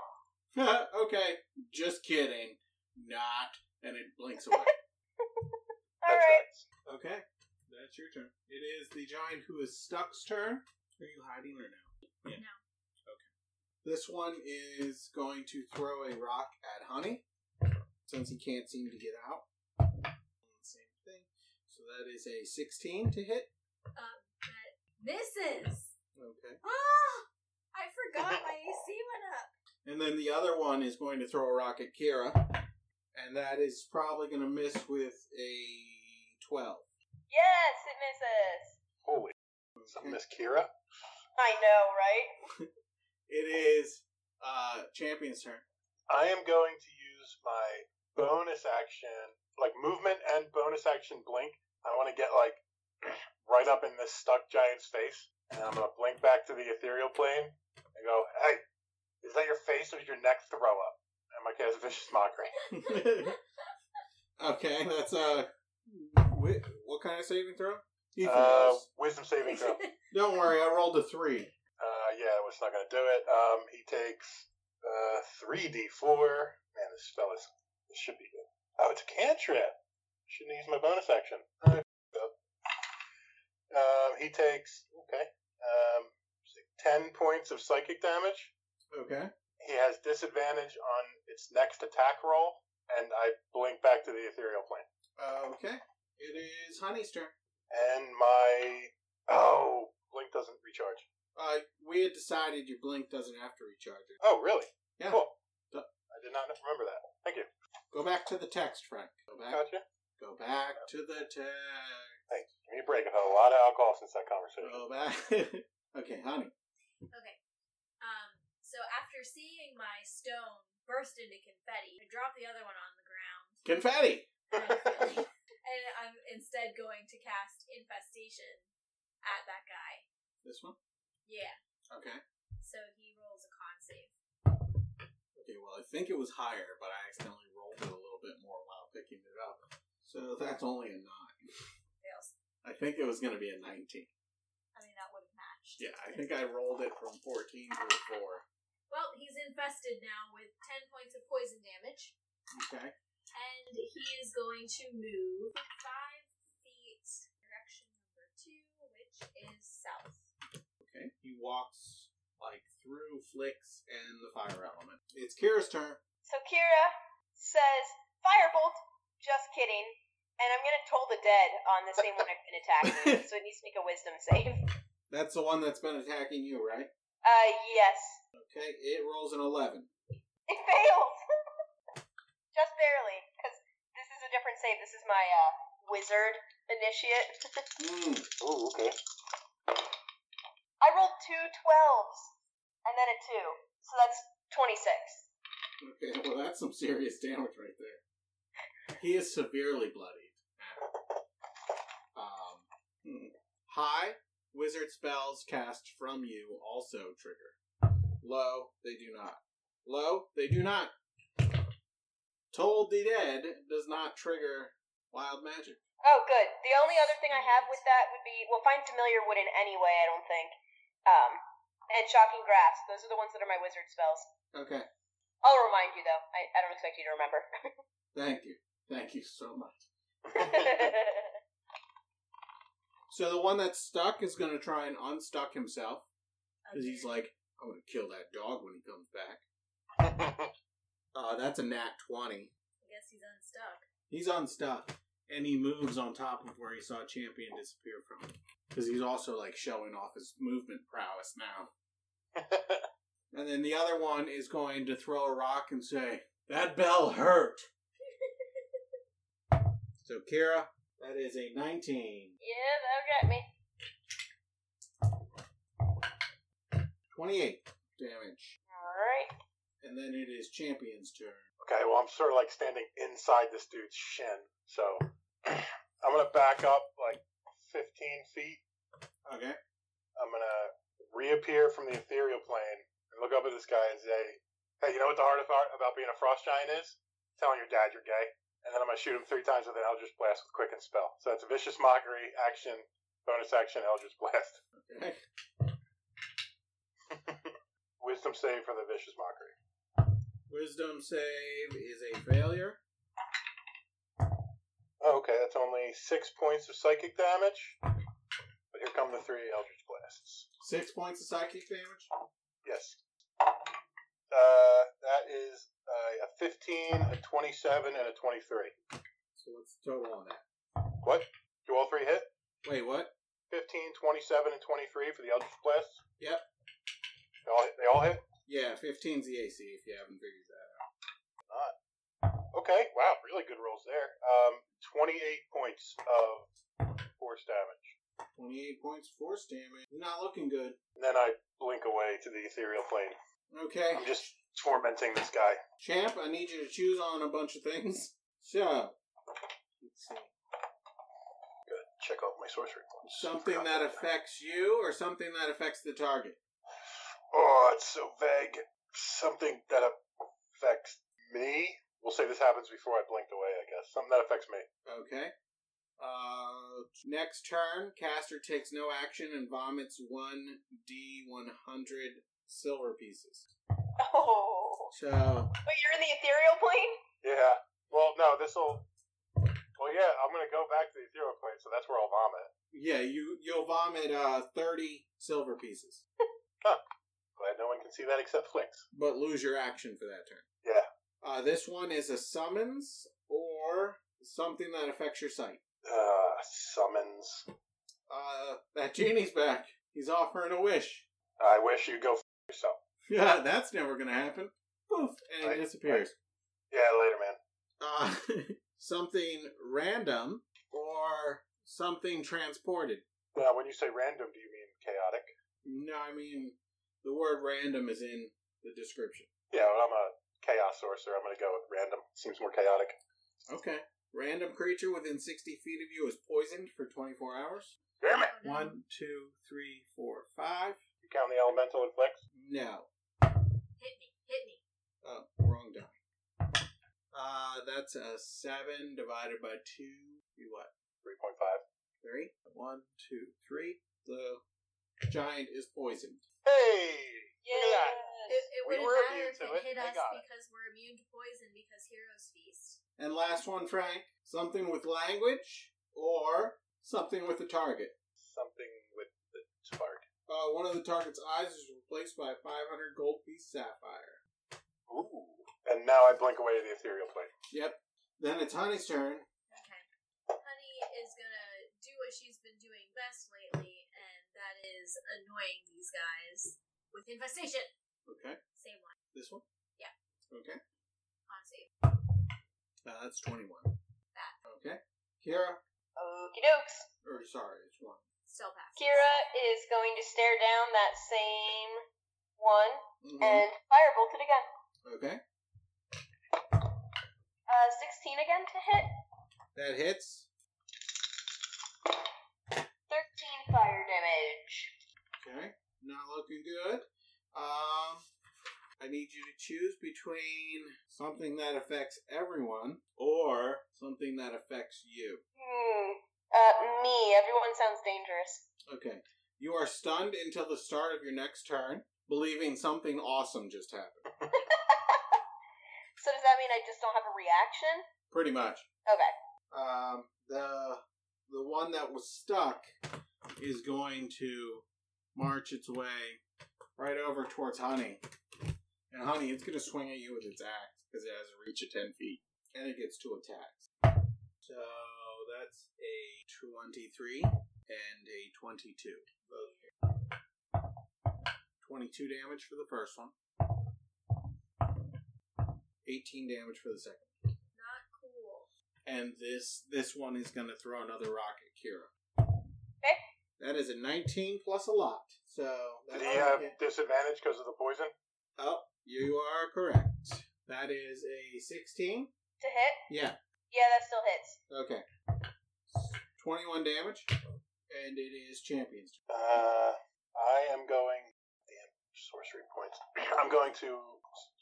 S1: okay, just kidding. Not. And it blinks away.
S2: All right.
S1: okay, that's your turn. It is the giant who is stuck's turn. Are you hiding or no?
S3: No.
S1: This one is going to throw a rock at Honey since he can't seem to get out. Same thing. So that is a 16 to hit.
S3: Um, that misses.
S1: Okay.
S3: Ah, I forgot my AC went up.
S1: And then the other one is going to throw a rock at Kira. And that is probably going to miss with a 12.
S2: Yes, it misses.
S4: Holy. So Miss Kira?
S2: I know, right?
S1: It is uh, Champion's turn.
S4: I am going to use my bonus action, like movement and bonus action blink. I want to get like [clears throat] right up in this stuck giant's face, and I'm going to blink back to the ethereal plane and go, "Hey, is that your face or did your neck throw up?" And my cast vicious mockery.
S1: [laughs] okay, that's uh, wi- what kind of saving throw? He
S4: Uh,
S1: fails.
S4: wisdom saving throw.
S1: Don't worry, I rolled a three.
S4: Uh, yeah, that was not going to do it. Um, he takes uh, 3d4. Man, this spell is. This should be good. Oh, it's a cantrip. Shouldn't use my bonus action. I f***ed up. Um, he takes. Okay. Um, 10 points of psychic damage.
S1: Okay.
S4: He has disadvantage on its next attack roll, and I blink back to the ethereal plane.
S1: Okay. It is Honey's turn.
S4: And my. Oh, blink doesn't recharge.
S1: Uh, we had decided your blink doesn't have to recharge it.
S4: Oh, really?
S1: Yeah.
S4: Cool.
S1: Duh.
S4: I did not remember that. Thank you.
S1: Go back to the text, Frank. Go back.
S4: Gotcha.
S1: Go back to the text.
S4: Give me a break. I've had a lot of alcohol since that conversation.
S1: Go back. [laughs] okay, Honey.
S3: [laughs] Okay. Um, so after seeing my stone burst into confetti, I drop the other one on the ground.
S1: Confetti.
S3: and I'm instead going to cast infestation at that guy.
S1: This one.
S3: Yeah.
S1: Okay.
S3: So he rolls a con save.
S1: Okay. Well, I think it was higher, but I accidentally rolled it a little bit more while picking it up. So that's only a nine.
S3: Fails.
S1: I think it was going to be a nineteen.
S3: I mean that would have matched.
S1: Yeah, I think I rolled it from fourteen to a four.
S3: Well, he's infested now with ten points of poison damage.
S1: Okay.
S3: And he is going to move five feet direction number two, which is south.
S1: Okay. He walks like through flicks and the fire element. It's Kira's turn.
S2: So Kira says, Firebolt! Just kidding. And I'm gonna toll the dead on the same one I've been attacking, so it needs to make a wisdom save.
S1: That's the one that's been attacking you, right?
S2: Uh, yes.
S1: Okay, it rolls an 11.
S2: It failed! [laughs] Just barely, because this is a different save. This is my, uh, wizard initiate. [laughs]
S1: Mm.
S4: Oh, okay. [laughs]
S2: I rolled two 12s, and then a 2. So that's 26.
S1: Okay, well, that's some serious damage right there. He is severely bloodied. Um, hmm. High, wizard spells cast from you also trigger. Low, they do not. Low, they do not. Told the dead does not trigger wild magic.
S2: Oh, good. The only other thing I have with that would be well, find familiar wouldn't anyway. I don't think. Um, and shocking grasp. Those are the ones that are my wizard spells.
S1: Okay,
S2: I'll remind you though. I, I don't expect you to remember. [laughs]
S1: thank you. Thank you so much.
S2: okay.
S1: So the one that's stuck is going to try and unstuck himself because he's like, I'm going to kill that dog when he comes back. Uh, that's a nat 20.
S3: I guess he's unstuck.
S1: He's unstuck. And he moves on top of where he saw Champion disappear from. Because he's also like showing off his movement prowess now. And then the other one is going to throw a rock and say, That bell [laughs] hurt. so Kira, that is a
S2: Yeah,
S1: 19.
S2: that'll get me.
S1: 28 damage.
S2: All right. [laughs]
S1: And then it is Champion's turn.
S4: Okay, well, I'm sort of like standing inside this dude's shin, so [clears throat] I'm gonna back up like 15 feet.
S1: Okay.
S4: I'm gonna reappear from the ethereal plane and look up at this guy and say, "Hey, you know what the hardest part about being a frost giant is? Telling your dad you're gay." And then I'm gonna shoot him three times with an Eldritch Blast with Quicken Spell. So that's a vicious mockery action, bonus action, Eldritch Blast.
S1: Okay.
S4: Wisdom save for the vicious mockery.
S1: Wisdom save is a failure.
S4: Oh, okay, that's only six points of psychic damage. But here come the three Eldritch Blasts.
S1: Six points of psychic damage.
S4: Yes. Uh, that is uh, a 15, a 27, and a 23.
S1: So what's the total on that?
S4: What? Do all three hit?
S1: Wait, what?
S4: 15, 27, and 23 for the Eldritch Blast?
S1: Yep.
S4: They all, hit- they all hit?
S1: Yeah, 15's the AC if you haven't figured that out.
S4: Okay, wow, really good rolls there. Um, 28 points of force damage.
S1: 28 points, force damage. Not looking good.
S4: And then I blink away to the ethereal plane.
S1: Okay.
S4: I'm just tormenting this guy.
S1: Champ, I need you to choose on a bunch of things. [laughs] So, let's see.
S4: Good. Check off my sorcery points.
S1: Something that affects you or something that affects the target?
S4: Oh, it's so vague. Something that affects me. We'll say this happens before I blinked away, I guess. Something that affects me.
S1: Okay. Uh, next turn, caster takes no action and vomits 1d100 silver pieces.
S2: Oh.
S1: So,
S2: Wait, you're in the ethereal plane?
S4: Yeah. Well, no, this'll. Well, yeah, I'm gonna go back to the ethereal plane, so that's where I'll vomit.
S1: yeah, you, you'll vomit uh, 30 silver pieces,
S4: Glad no one can see that except Flix.
S1: but lose your action for that turn.
S4: Yeah.
S1: Uh, this one is a summons or something that affects your sight.
S4: Uh, summons.
S1: Uh, that genie's back. He's offering a wish. [laughs]
S4: I wish you go f- yourself.
S1: Yeah, that's never gonna happen. Poof, and
S4: Right,
S1: it disappears.
S4: Yeah, later, man.
S1: Uh, [laughs] something random or something transported.
S4: Now, when you say random, do you mean chaotic?
S1: No, I mean the word "random" is in the description.
S4: Yeah, well, I'm a chaos sorcerer. I'm gonna go with random. Seems more chaotic.
S1: Okay. Random creature within sixty feet of you is poisoned for twenty-four hours.
S4: Damn it!
S1: One, two, three, four, five.
S4: You count the elemental and Flix?
S1: No.
S3: Hit me. Hit me.
S1: Oh, wrong die. Uh, that's a seven divided by two. You what?
S4: 3.5.
S1: Three. One, two, three. The giant is poisoned.
S4: Hey!
S2: Yeah.
S3: It, it
S4: We
S3: wouldn't
S4: were
S3: matter
S4: immune
S3: if
S4: to
S3: it
S4: it.
S3: hit
S4: They
S3: us
S4: got it.
S3: because we're immune to poison because heroes feast.
S1: And last one, Frank. Something with language or something with the target.
S4: Something with the spark.
S1: Uh, one of the target's eyes is replaced by a 500 gold piece sapphire.
S4: Ooh. And now I blink away to the ethereal plane.
S1: Yep. Then it's Honey's turn.
S3: Okay. Honey is gonna do what she's been doing best lately, and that is annoying these guys with infestation.
S1: Okay.
S3: Same one.
S1: This one?
S3: Yeah.
S1: Okay.
S3: On save.
S1: Uh, that's 21.
S3: That.
S1: Okay. Kira,
S2: Okie dokes.
S1: or sorry, it's one.
S3: Still pass.
S2: Kira is going to stare down that same one
S1: Mhm.
S2: and firebolt it again.
S1: Okay.
S2: Uh, 16 again to hit.
S1: That hits.
S2: 13 fire damage.
S1: Okay. Not looking good. Um, I need you to choose between something that affects everyone or something that affects you.
S2: Hmm. Uh, me. Everyone sounds dangerous.
S1: Okay. You are stunned until the start of your next turn, believing something awesome just happened.
S2: So does that mean I just don't have a reaction?
S1: Pretty much.
S2: Okay.
S1: Um, the the one that was stuck is going to march its way right over towards Honey, and Honey, it's going to swing at you with its axe because it has a reach of ten feet, and it gets two attacks. So that's a twenty-three and a twenty-two. Both hit. Twenty-two damage for the first one. 18 damage for the second
S3: Not cool.
S1: and this this one is going to throw another rock at Kira.
S2: Okay.
S1: That is a 19 plus a lot. So
S4: Did
S1: that's
S4: he have disadvantage because of the poison?
S1: Oh, you are correct. That is a 16.
S2: To hit?
S1: Yeah.
S2: Yeah, that still hits.
S1: Okay. 21 damage, and it is champions.
S4: Uh, I am going. Damn, sorcery points. [clears throat] I'm going to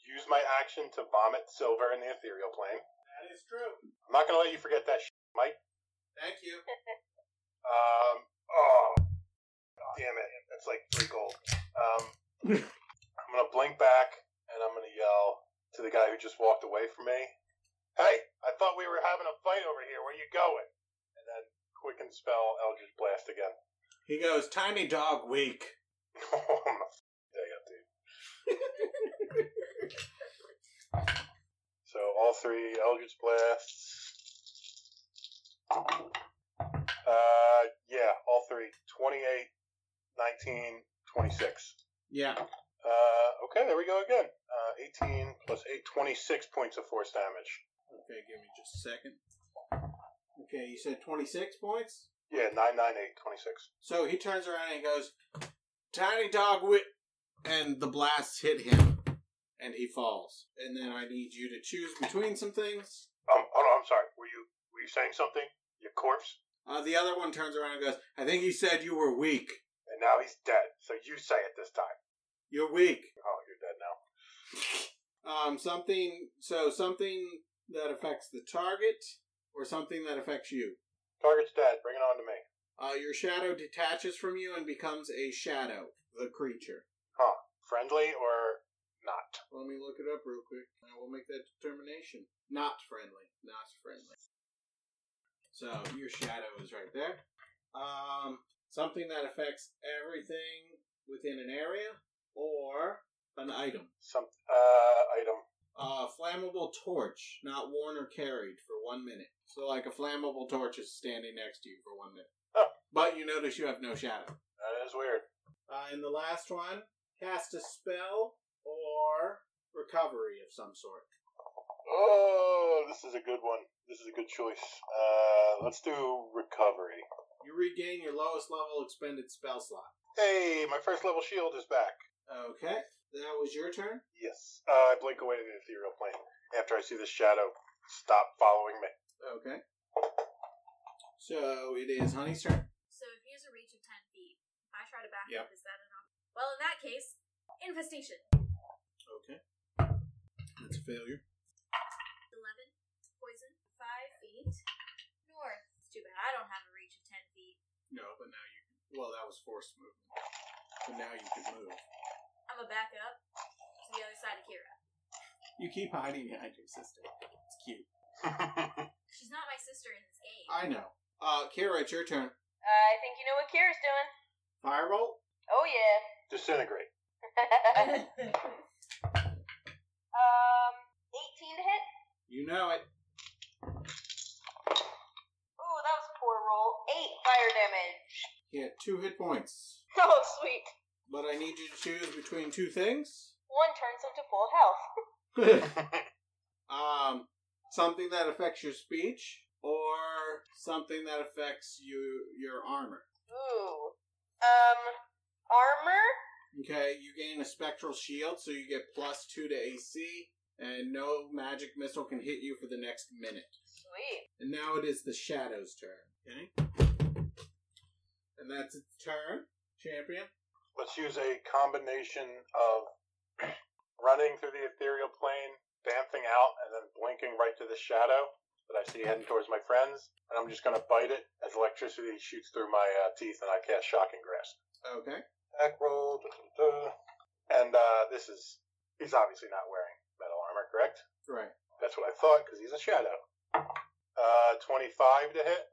S4: use my action to vomit silver in the ethereal plane.
S1: That is true.
S4: I'm not going to let you forget that shit, Mike.
S1: Thank you.
S4: Um, oh, damn it. That's like three gold. Um, I'm going to blink back and I'm going to yell to the guy who just walked away from me. Hey, I thought we were having a fight over here. Where you going? And then quicken spell Eldritch Blast again.
S1: He
S4: [laughs]
S1: goes tiny dog weak.
S4: I'm gonna f- dig it, dude. So all three Eldritch Blasts. Uh, yeah, all three. 28, 19, 26.
S1: Yeah.
S4: Uh, okay, there we go again. Uh, 18 plus 8, 26 points of force damage.
S1: Okay, give me just a second. Okay, you said 26 points?
S4: Yeah, 998, 26.
S1: So he turns around and he goes, Tiny dog whip! And the blasts hit him. And he falls. And then I need you to choose between some things.
S4: Um, hold on, I'm sorry. Were you were you saying something? Your corpse?
S1: Uh, the other one turns around and goes, I think he said you were weak.
S4: And now he's dead, so you say it this time.
S1: You're weak.
S4: Oh, you're dead now.
S1: Um, something, so something that affects the target or something that affects you.
S4: Target's dead. Bring it on to me.
S1: Uh, your shadow detaches from you and becomes a shadow, the creature.
S4: Friendly or not?
S1: Let me look it up real quick, and we'll make that determination. Not friendly. Not friendly. So your shadow is right there. Um, something that affects everything within an area or an item.
S4: Some uh item.
S1: A flammable torch, not worn or carried, for one minute. So, like a flammable torch is standing next to you for one minute.
S4: Oh.
S1: But you notice you have no shadow.
S4: That is weird.
S1: Uh, and the last one, cast a spell or recovery of some sort.
S4: Oh, this is a good one. This is a good choice. Uh, let's do recovery.
S1: You regain your lowest level expended spell slot.
S4: Hey, my first level shield is back.
S1: Okay, that was your turn.
S4: Yes. Uh, I blink away to the ethereal plane after I see the shadow stop following me.
S1: Okay. So it is Honey's turn.
S3: So if he has a reach of 10 feet, if I try to back
S1: Yep.
S3: up, is that enough? Well, in that case, infestation.
S1: Okay. That's a failure.
S3: 11, poison, 5 feet, north. It's too bad I don't have a reach of 10 feet.
S1: No, but now you. Can, well, that was forced movement. But now you can move.
S3: I'm a back up to the other side of Kira.
S1: You keep hiding behind your sister. It's cute.
S3: She's not my sister in this game.
S1: I know. Uh, Kira, it's your turn.
S2: I think you know what Kira's doing.
S1: Firebolt.
S2: Oh yeah.
S4: [laughs]
S2: [laughs]
S4: Disintegrate.
S2: um, 18 to hit.
S1: You know it.
S2: Ooh, that was a poor roll. Eight fire damage. [laughs]
S1: He had two hit points.
S2: Oh sweet.
S1: But I need you to choose between two things.
S2: One turns him to full health.
S1: [laughs] um, something that affects your speech or something that affects you your armor.
S2: Ooh. Um, armor.
S1: Okay, you gain a spectral shield, so you get plus two to AC, and no magic missile can hit you for the next minute.
S2: Sweet.
S1: And now it is the shadow's turn. Okay, and that's its turn, champion.
S4: Let's use a combination of running through the ethereal plane, bamfing out, and then blinking right to the shadow that I see heading towards my friends. And I'm just going to bite it as electricity shoots through my uh, teeth and I cast Shocking Grasp.
S1: Okay,
S4: Attack roll. duh, duh, duh. And uh, this is. He's obviously not wearing metal armor, correct?
S1: right,
S4: That's what I thought because he's a shadow. Uh, 25 to hit.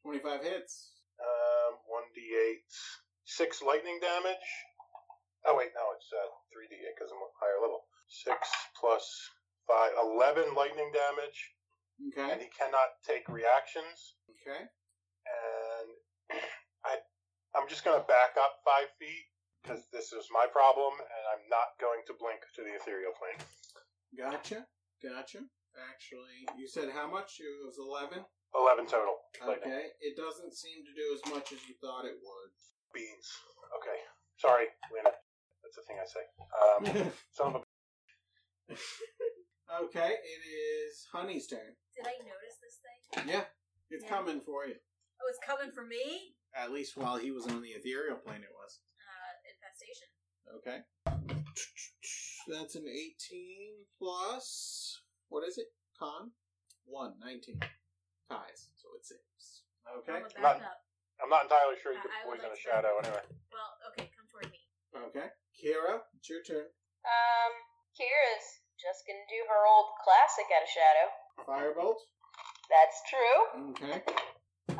S1: twenty-five hits.
S4: Um, 1d8, 6 lightning damage. Oh, wait, no, it's uh, 3d8 because I'm a higher level. 6 plus 5, 11 lightning damage,
S1: Okay,
S4: and he cannot take reactions.
S1: okay,
S4: And [clears throat] I, I'm just going to back up 5 feet because this is my problem, and I'm not going to blink to the ethereal plane.
S1: gotcha, gotcha. Actually, you said how much? It was eleven.
S4: 11 total. Lightning.
S1: Okay, it doesn't seem to do as much as you thought it would.
S4: Beans. Okay. Sorry, Lena. That's the thing I say.
S1: [laughs]
S4: Um, son of a
S1: okay, it is Honey's turn.
S3: [laughs] Did I notice this thing?
S1: Yeah, it's
S3: Yeah.
S1: coming for you.
S3: Oh, it's coming for me?
S1: At least while he was on the ethereal plane, it was.
S3: Uh, infestation.
S1: Okay. That's an 18 plus. What is it? Con? 1, 19. Ties, so it saves. Okay.
S3: I'm a back
S4: Not-
S3: up.
S4: I'm not entirely sure you
S3: I-
S4: could
S3: I would
S4: poison a
S3: like to-
S4: shadow anyway.
S3: Well, okay, come toward me.
S1: Okay. Kira, it's your turn.
S2: Um, Kira's just gonna do her old classic out of shadow.
S1: Firebolt.
S2: That's true.
S1: Okay.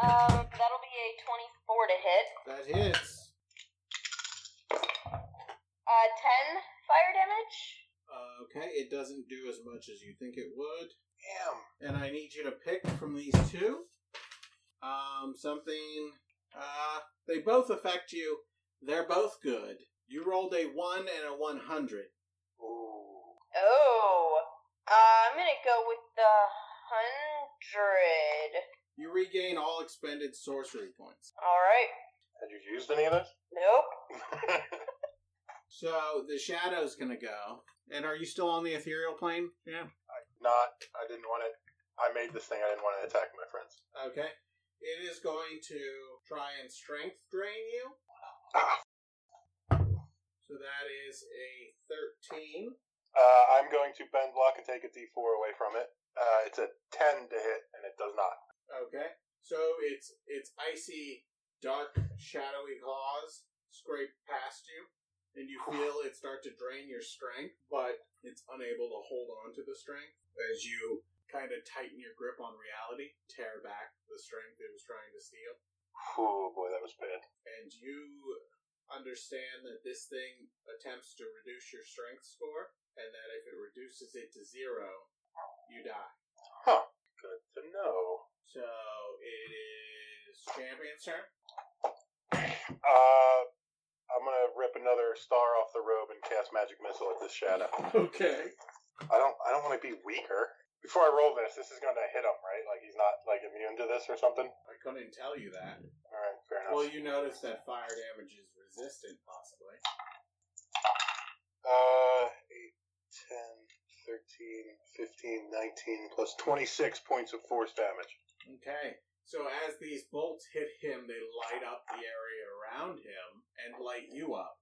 S2: Um, that'll be a 24 to hit.
S1: That hits.
S2: Uh, 10 fire damage.
S1: Uh, Okay, it doesn't do as much as you think it would.
S4: Damn.
S1: and I need you to pick from these two um, something. Uh, they both affect you. They're both good. You rolled a one and a one hundred.
S4: Ooh.
S2: Oh, uh, I'm gonna go with the hundred.
S1: You regain all expended sorcery points.
S2: All right.
S4: Had you used any of this? [laughs]
S2: Nope.
S1: So the shadow's gonna go. And are you still on the ethereal plane? Yeah.
S4: Not. I didn't want it. I made this thing. I didn't want to attack my friends.
S1: Okay. It is going to try and strength drain you.
S4: Ah.
S1: So that is a thirteen.
S4: Uh, I'm going to bend block and take a D4 away from it. Uh, it's a 10 to hit, and it does not.
S1: Okay. So it's it's icy, dark, shadowy claws scrape past you, and you feel it start to drain your strength, but it's unable to hold on to the strength as you kind of tighten your grip on reality, tear back the strength it was trying to steal,
S4: Oh boy, that was bad.
S1: and you understand that this thing attempts to reduce your strength score, and that if it reduces it to zero, you die.
S4: Huh. Good to know.
S1: So it is champion's turn.
S4: Uh, I'm gonna rip another star off the robe and cast magic missile at this shadow.
S1: Okay.
S4: I don't. I don't want to be weaker. Before I roll this, this is gonna hit him, right? Like he's not like immune to this or something.
S1: I couldn't tell you that.
S4: All right, fair enough.
S1: Well, you notice that fire damage is resistant, possibly.
S4: Uh, 8, 10, 13, 15, 19, plus 26 points of force damage.
S1: Okay. So as these bolts hit him, they light up the area around him and light you up.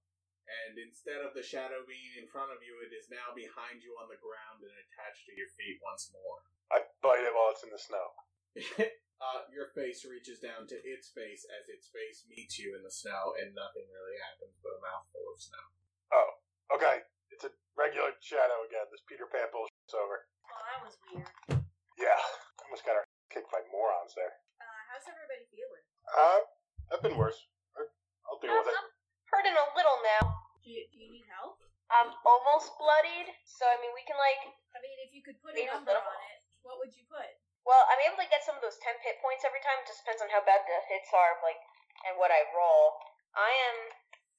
S1: And instead of the shadow being in front of you, it is now behind you on the ground and attached to your feet once more. [laughs]
S4: I bite it while it's in the snow.
S1: uh, your face reaches down to its face as its face meets you in the snow, and nothing really happens but a mouthful of snow.
S4: Okay, it's a regular shadow again. This Peter Pan bullshit's over.
S3: Well, Oh, that was weird.
S4: Yeah, almost got our kicked by morons there.
S3: Uh, how's everybody feeling?
S4: Uh, I've been worse. I'll deal with it.
S2: Um, Hurting a little now.
S3: Do you, do you need help?
S2: I'm almost bloodied, so I mean we can like.
S3: I mean, if you could put a
S2: Leave us
S3: number
S2: alone.
S3: on it, what would you put?
S2: Well, I'm able to get some of those temp hit points every time. It just depends on how bad the hits are, like, and what I roll. I am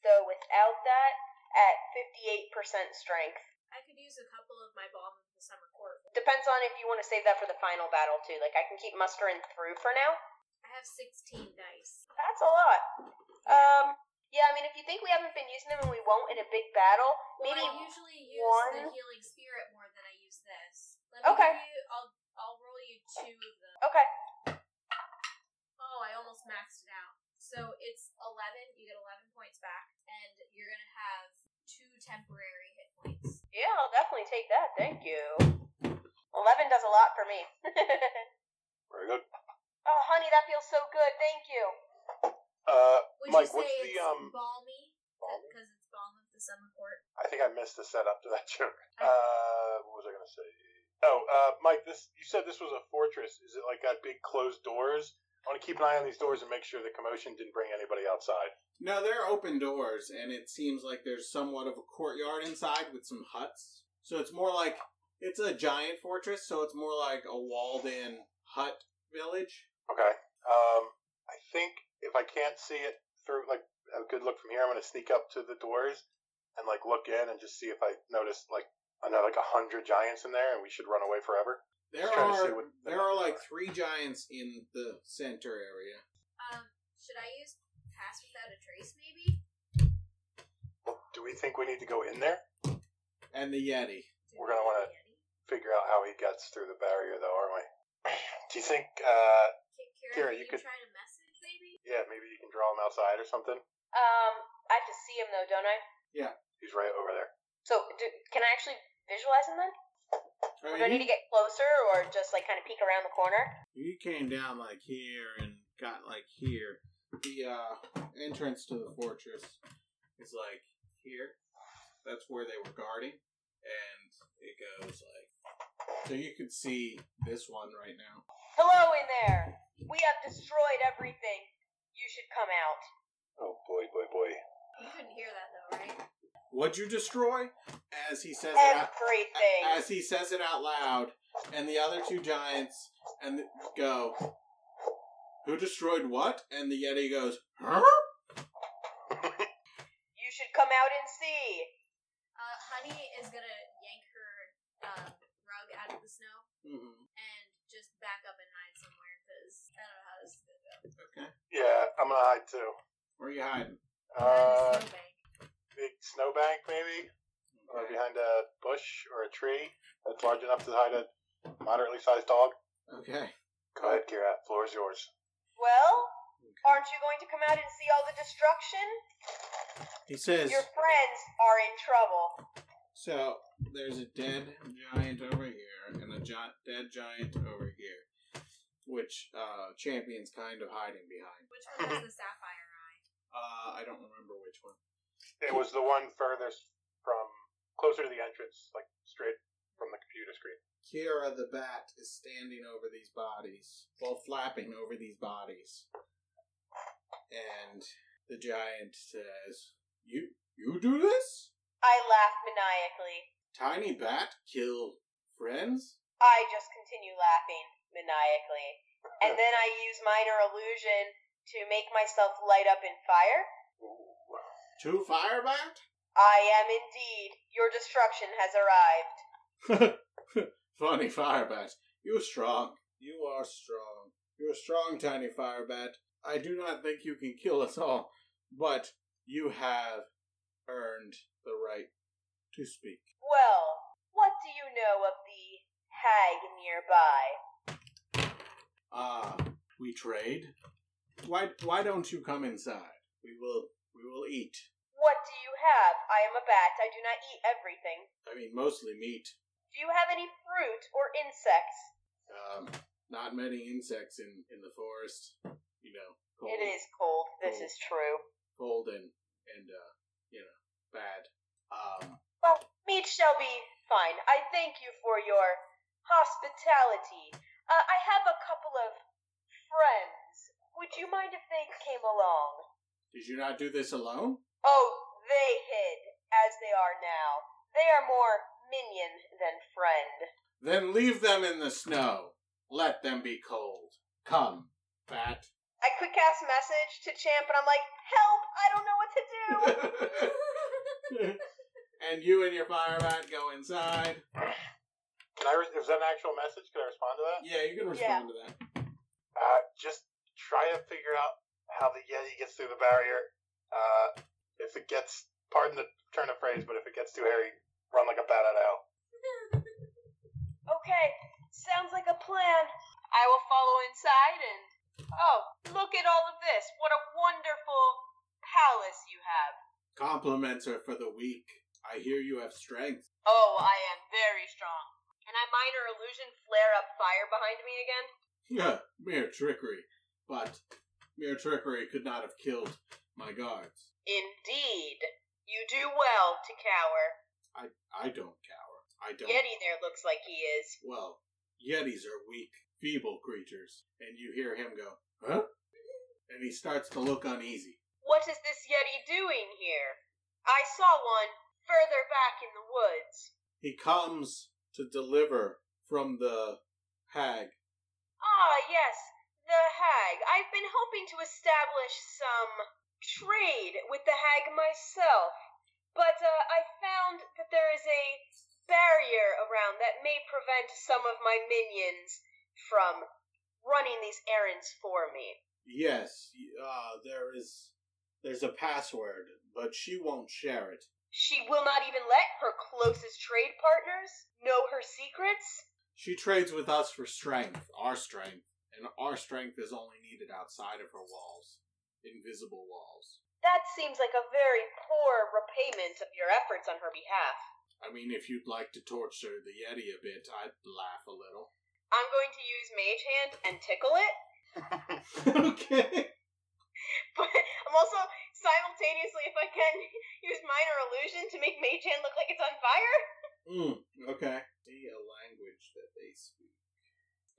S2: though without that at 58% strength.
S3: I could use a couple of my bomb of the summer court.
S2: Depends on if you want to save that for the final battle too. Like I can keep mustering through for now.
S3: I have 16 dice.
S2: That's a lot. Um, yeah, I mean, if you think we haven't been using them and we won't in a big battle,
S3: Well,
S2: maybe.
S3: I usually use the
S2: one-
S3: healing spirit more than I use this. Let me
S2: Okay.
S3: give You, I'll I'll roll you two of them.
S2: Okay.
S3: Oh, I almost maxed it out. So it's 11. You get 11 points back, and you're gonna have two temporary hit points.
S2: Yeah, I'll definitely take that. Thank you. Eleven does a lot for me. [laughs] oh,
S4: Very good.
S2: honey, that feels so good. Thank you.
S4: Uh,
S3: Would
S4: Mike,
S3: you say
S4: what's the,
S3: it's
S4: um,
S3: balmy because it's balm of the summer court?
S4: I think I missed the setup to that [laughs] joke. Uh, what was I gonna say? Oh, uh, Mike, this you said this was a fortress. Is it like got big closed doors? I want to keep an eye on these doors and make sure the commotion didn't bring anybody outside.
S1: No, they're open doors, and it seems like there's somewhat of a courtyard inside with some huts. So it's more like it's a giant fortress, so it's more like a walled in hut village.
S4: Okay. Um, I think if I can't see it through, like a good look from here, I'm gonna sneak up to the doors and like look in and just see if I notice like another like a hundred giants in there, and we should run away forever.
S1: There
S4: Just trying to see
S1: are
S4: what the
S1: there are
S4: numbers
S1: like
S4: are.
S1: three giants in the center area.
S3: Um, should I use pass without a trace? Maybe.
S4: Do we think we need to go in there?
S1: And the Yeti.
S3: Do
S4: We're
S3: we
S4: gonna wanna-
S3: have the Yeti?
S4: Figure out how he gets through the barrier, though, aren't we? [clears throat] Do you think? uh...
S3: Ki-
S4: Kira,
S3: Kira,
S4: you
S3: you,
S4: could-
S3: try to message maybe?
S4: Yeah, maybe you can draw him outside or something.
S2: Um, I have to see him though, don't I?
S4: He's right over there.
S2: So, do, can I actually visualize him then? Do
S1: I
S2: I
S1: mean,
S2: need to get closer, or just like kind of peek around the corner?
S1: you came down like here and got like here. The uh, entrance to the fortress is like here. That's where they were guarding, and it goes like so. You could see this one right now.
S2: Hello in there. We have destroyed everything. You should come out.
S4: Oh boy, boy, boy.
S3: You couldn't hear that though, right?
S1: What'd you destroy? As he says it out,
S2: Everything.
S1: as he says it out loud, and the other two giants and the, go, "Who destroyed what?" And the yeti goes, "Huh?"
S2: You should come out and see.
S3: Uh, Honey is gonna yank her um, rug out of the snow
S1: Mm-hmm.
S3: and just back up and hide somewhere because I don't know how this is gonna go.
S4: Yeah, I'm gonna hide too.
S1: Where are you hiding?
S4: Uh,
S3: Behind the snowbank.
S4: big snowbank, maybe, or behind a bush or a tree that's large enough to hide a moderately sized dog.
S1: Okay.
S4: Go ahead, Kira. Floor is yours.
S2: Well, aren't you going to come out and see all the destruction?
S1: He says,
S2: Your friends are in trouble.
S1: So there's a dead giant over here and a gi- dead giant over here, which uh, champion's kind of hiding behind.
S3: Which one has
S4: [laughs]
S3: the sapphire eye? [laughs]
S1: Uh, I don't remember which one.
S4: It was the one furthest from closer to the entrance, like straight from the computer screen.
S1: Kira the bat is standing over these bodies, well, flapping over these bodies, and the giant says, "You you do this?
S2: I laugh maniacally.
S1: Tiny bat kill friends?
S2: I just continue laughing maniacally. And then I use minor illusion to make myself light up in fire.
S4: Ooh.
S1: Two fire bat?
S2: I am indeed. Your destruction has arrived.
S1: [laughs] Funny Firebat. You're strong. You are strong. You're strong, tiny Firebat. I do not think you can kill us all, but you have earned the right to speak.
S2: Well, what do you know of the hag nearby?
S1: Ah, we trade? Why why don't you come inside? We will we will eat.
S2: What do you have? I am a bat. I do not eat everything.
S1: I mean mostly meat.
S2: Do you have any fruit or insects?
S1: Um not many insects in, in the forest. You know, cold
S2: It is cold. This
S1: Cold.
S2: is true.
S1: cold and, and uh you know, bad. Um
S2: Well, meat shall be fine. I thank you for your hospitality. Uh, I have a couple of friends. Would you mind if they came along?
S1: Did you not do this alone?
S2: Oh, they hid, as they are now. They are more minion than friend.
S1: Then leave them in the snow. Let them be cold. Come, bat.
S2: I quick cast message to Champ, and I'm like, "Help! I don't know what to do."
S1: and you and your fire bat go inside.
S4: Can I? Re- is that an actual message? Can I respond to that?
S1: Yeah, you can respond to that.
S4: Uh, just try to figure out how the Yeti gets through the barrier. Uh, if it gets, pardon the turn of phrase, but if it gets too hairy, run like a bat out of hell. [laughs]
S2: Okay, sounds like a plan. I will follow inside and. Oh, look at all of this. What a wonderful palace you have.
S1: Compliments are for the weak. I hear you have strength.
S2: Oh, I am very strong. Can I minor illusion flare up fire behind me again?
S1: Yeah, mere trickery. But mere trickery could not have killed my guards.
S2: Indeed. You do well to cower.
S1: I I don't cower. I don't.
S2: Yeti there looks like he is.
S1: Well, Yetis are weak, feeble creatures. And you hear him go, huh? And he starts to look uneasy.
S2: What is this Yeti doing here? I saw one further back in the woods.
S1: He comes to deliver from the hag.
S2: Ah, yes, the hag. I've been hoping to establish some trade with the hag myself, but uh, I found that there is a barrier around that may prevent some of my minions from running these errands for me.
S1: Yes, uh, there is. There's a password, but she won't share it.
S2: She will not even let her closest trade partners know her secrets.
S1: She trades with us for strength, our strength, and our strength is only needed outside of her walls, invisible walls.
S2: That seems like a very poor repayment of your efforts on her behalf.
S1: I mean, if you'd like to torture the Yeti a bit, I'd laugh a little.
S2: I'm going to use Mage Hand and tickle it.
S1: [laughs] okay.
S2: [laughs] But I'm also simultaneously, if I can, [laughs] use minor illusion to make Mage Hand look like it's on fire.
S1: Mm, okay. See a language that they speak.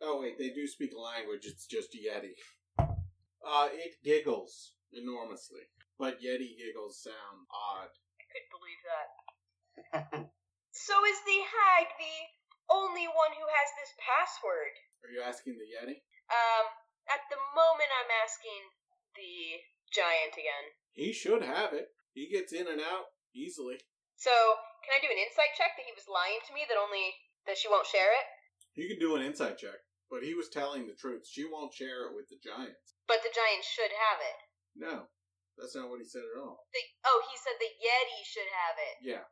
S1: Oh wait, they do speak a language. It's just Yeti. Uh, it giggles enormously. But Yeti giggles sound odd.
S2: I could believe that. so is the hag the only one who has this password?
S1: Are you asking the Yeti?
S2: Um, at the moment, I'm asking the giant again.
S1: He should have it. He gets in and out easily.
S2: So, can I do an insight check that he was lying to me that only that she won't share it,
S1: You can do an insight check, but he was telling the truth. She won't share it with the giants.
S2: but the giant should have it.
S1: No, that's not what he said at all.
S2: The, oh, he said the yeti should have it.
S1: Yeah,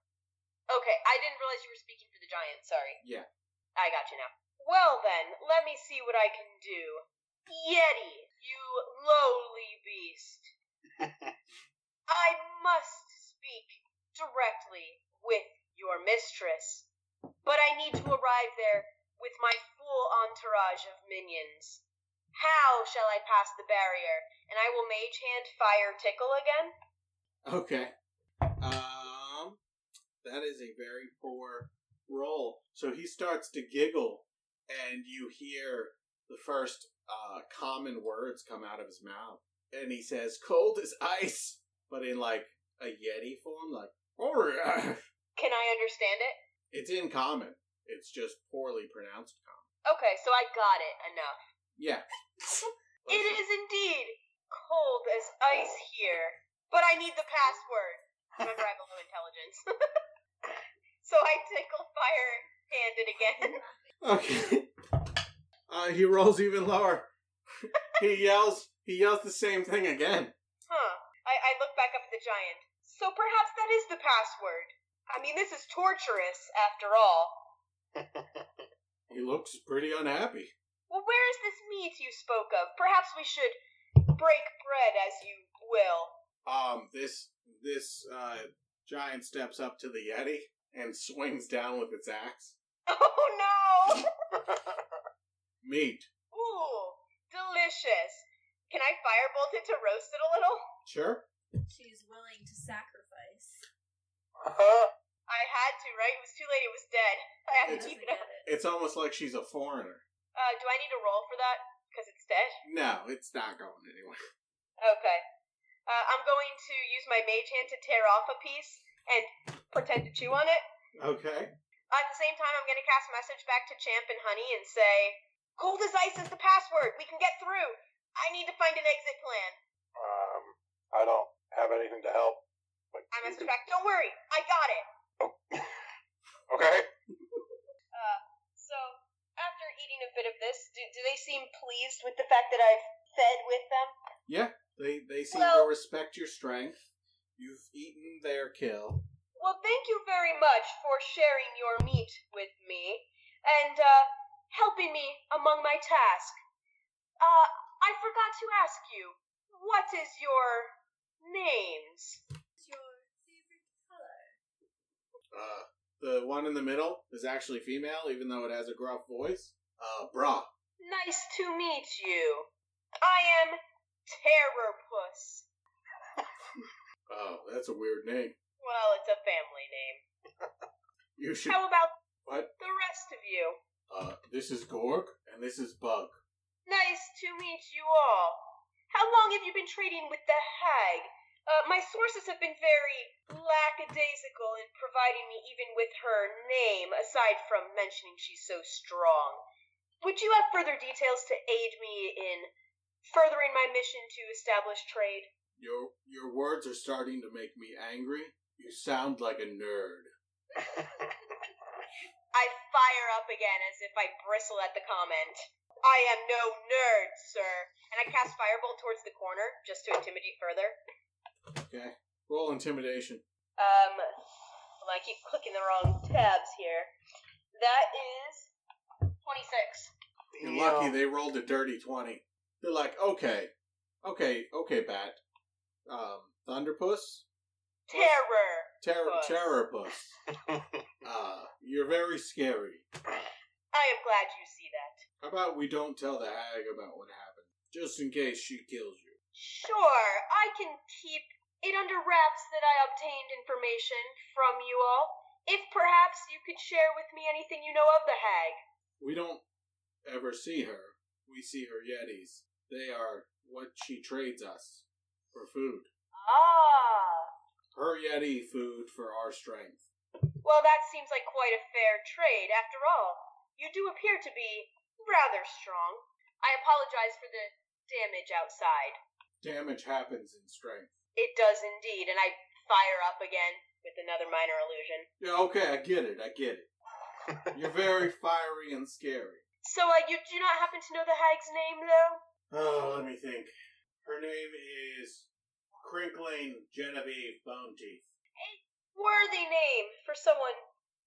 S2: Okay, I didn't realize you were speaking for the giant. Sorry.
S1: Yeah.
S2: I got you now. Well then, let me see what I can do. Yeti, you lowly beast. I must speak directly with your mistress, but I need to arrive there with my full entourage of minions. How shall I pass the barrier? And I will mage hand fire tickle again?
S1: Okay. Um, that is a very poor roll. So he starts to giggle, and you hear the first uh, common words come out of his mouth, and he says, "Cold as ice," but in like a yeti form, like [laughs] "Oh yeah."
S2: Can I understand it?
S1: It's in common. It's just poorly pronounced common.
S2: Okay, so I got it enough.
S1: Yeah.
S2: [laughs] It is indeed cold as ice here, but I need the password. Remember, I have a low intelligence. [laughs] so I tickle fire handed again.
S1: Okay. Uh, he rolls even lower. [laughs] he yells. He yells the same thing again.
S2: Huh. I, I look back up at the giant. So perhaps that is the password. I mean, this is torturous after all.
S1: He looks pretty unhappy.
S2: Well, where is this meat you spoke of? Perhaps we should break bread as you will. [laughs]
S1: Um, this this uh, giant steps up to the yeti and [laughs] swings down with its axe.
S2: Oh no! [laughs]
S1: Meat.
S2: Ooh, delicious. Can I firebolt it to roast it a little?
S1: Sure.
S3: She is willing to
S4: [laughs]
S3: sacrifice.
S2: I had to, right? It was too late. It was dead. [laughs] I have to
S3: Doesn't
S2: keep it
S3: get
S2: up.
S3: it.
S1: It's almost like she's a foreigner.
S2: Uh, do I need to roll for that? Because it's dead?
S1: No, it's not going anywhere.
S2: Okay. Uh, I'm going to use my mage hand to tear off a piece and pretend to chew on it.
S1: [laughs] Okay.
S2: At the same time, I'm going to cast a message back to Champ and Honey and say, Cold as ice is the password. We can get through. I need to find an exit plan.
S4: um, I don't have anything to help. But
S2: I
S4: you
S2: message
S4: can-
S2: back, Don't worry. I got it.
S4: Okay.
S2: So, after eating a bit of this, do, do they seem pleased with the fact that I've fed with them?
S1: They they seem
S2: Well-
S1: to respect your strength. You've eaten their kill.
S2: Well, thank you very much for sharing your meat with me and uh, helping me among my task. Uh, I forgot to ask you, what is your names?
S3: What's your favorite color?
S1: Uh, the one in the middle is actually female, even though it has a gruff voice. Uh, bra.
S2: Nice to meet you. I am Terrorpuss.
S1: Oh, that's a weird name.
S2: Well, it's a family name.
S1: You should.
S2: How about
S1: What?
S2: the rest of you?
S1: Uh, this is Gorg, and this is Bug.
S2: Nice to meet you all. How long have you been trading with the hag? Uh, my sources have been very lackadaisical in providing me even with her name, aside from mentioning she's so strong. Would you have further details to aid me in furthering my mission to establish trade?
S1: Your your words are starting to make me angry. You sound like a nerd.
S2: I fire up again as if I bristle at the comment. I am no nerd, sir. And I cast Firebolt towards the corner just to intimidate further.
S1: Okay. Roll intimidation.
S2: Um, well, I keep clicking the wrong tabs here. That is 26.
S1: You're lucky
S4: Um,
S1: they rolled a dirty twenty. They're like, okay, okay, okay, Bat. Um, Thunderpuss,
S2: Terror.
S1: Terror,
S2: Puss.
S1: Terrorpuss. Uh, you're very scary.
S2: I am glad you see that.
S1: How about we don't tell the hag about what happened, just in case she kills you?
S2: Sure, I can keep it under wraps that I obtained information from you all. If perhaps you could share with me anything you know of the hag.
S1: We don't ever see her. We see her Yetis. They are what she trades us for food.
S2: Ah.
S1: Her Yeti food for our strength.
S2: Well, that seems like quite a fair trade. After all, you do appear to be rather strong. I apologize for the damage outside.
S1: Damage happens in strength.
S2: It does indeed, and I fire up again with another minor illusion.
S1: Yeah, okay, I get it. I get [laughs] it. You're very fiery and scary.
S2: So, uh, you do not happen to know the hag's name, though?
S1: Oh, let me think. Her name is Crinkling Genevieve Bone Teeth.
S2: Worthy name for someone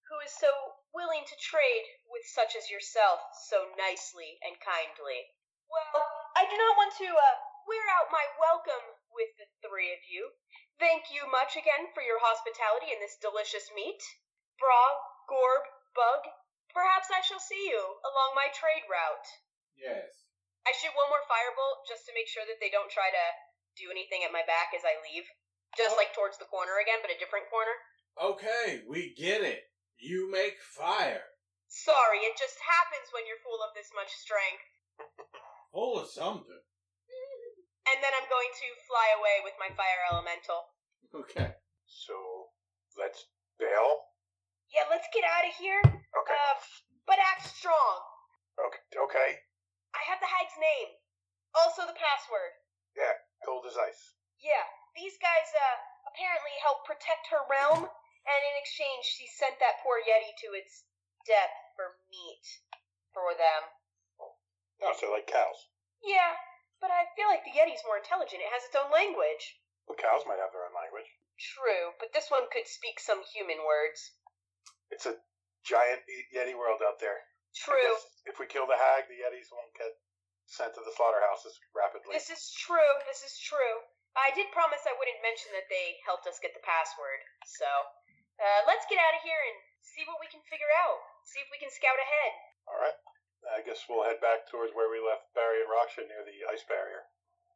S2: who is so willing to trade with such as yourself so nicely and kindly. Well, I do not want to, uh, wear out my welcome with the three of you. Thank you much again for your hospitality and this delicious meat. Bra, Gorb, Bug, perhaps I shall see you along my trade route.
S1: Yes.
S2: I shoot one more firebolt just to make sure that they don't try to do anything at my back as I leave. Just like towards the corner again, but a different corner.
S1: Okay, we get it. You make fire.
S2: Sorry, it just happens when you're full of this much strength.
S1: Full of something.
S2: And then I'm going to fly away with my fire elemental.
S1: Okay.
S4: So let's bail.
S2: Yeah, let's get out of here.
S4: Okay.
S2: Uh, but act strong.
S4: Okay. Okay.
S2: I have the hag's name. Also the password.
S4: Cold as ice.
S2: Yeah, these guys uh, apparently helped protect her realm, and in exchange, she sent that poor Yeti to its death for meat for them.
S4: No, so like cows.
S2: Yeah, but I feel like the Yeti's more intelligent. It has its own language.
S4: Well, cows might have their own language.
S2: True, but this one could speak some human words.
S4: It's a giant y- Yeti world out there. I
S2: [laughs] True.
S4: guess If we kill the hag, the Yetis won't get sent to the slaughterhouses rapidly.
S2: This is true. This is true. I did promise I wouldn't mention that they helped us get the password. So, uh, let's get out of here and see what we can figure out. See if we can scout ahead.
S4: All right. I guess we'll head back towards where we left Barry and Raksha near the ice barrier,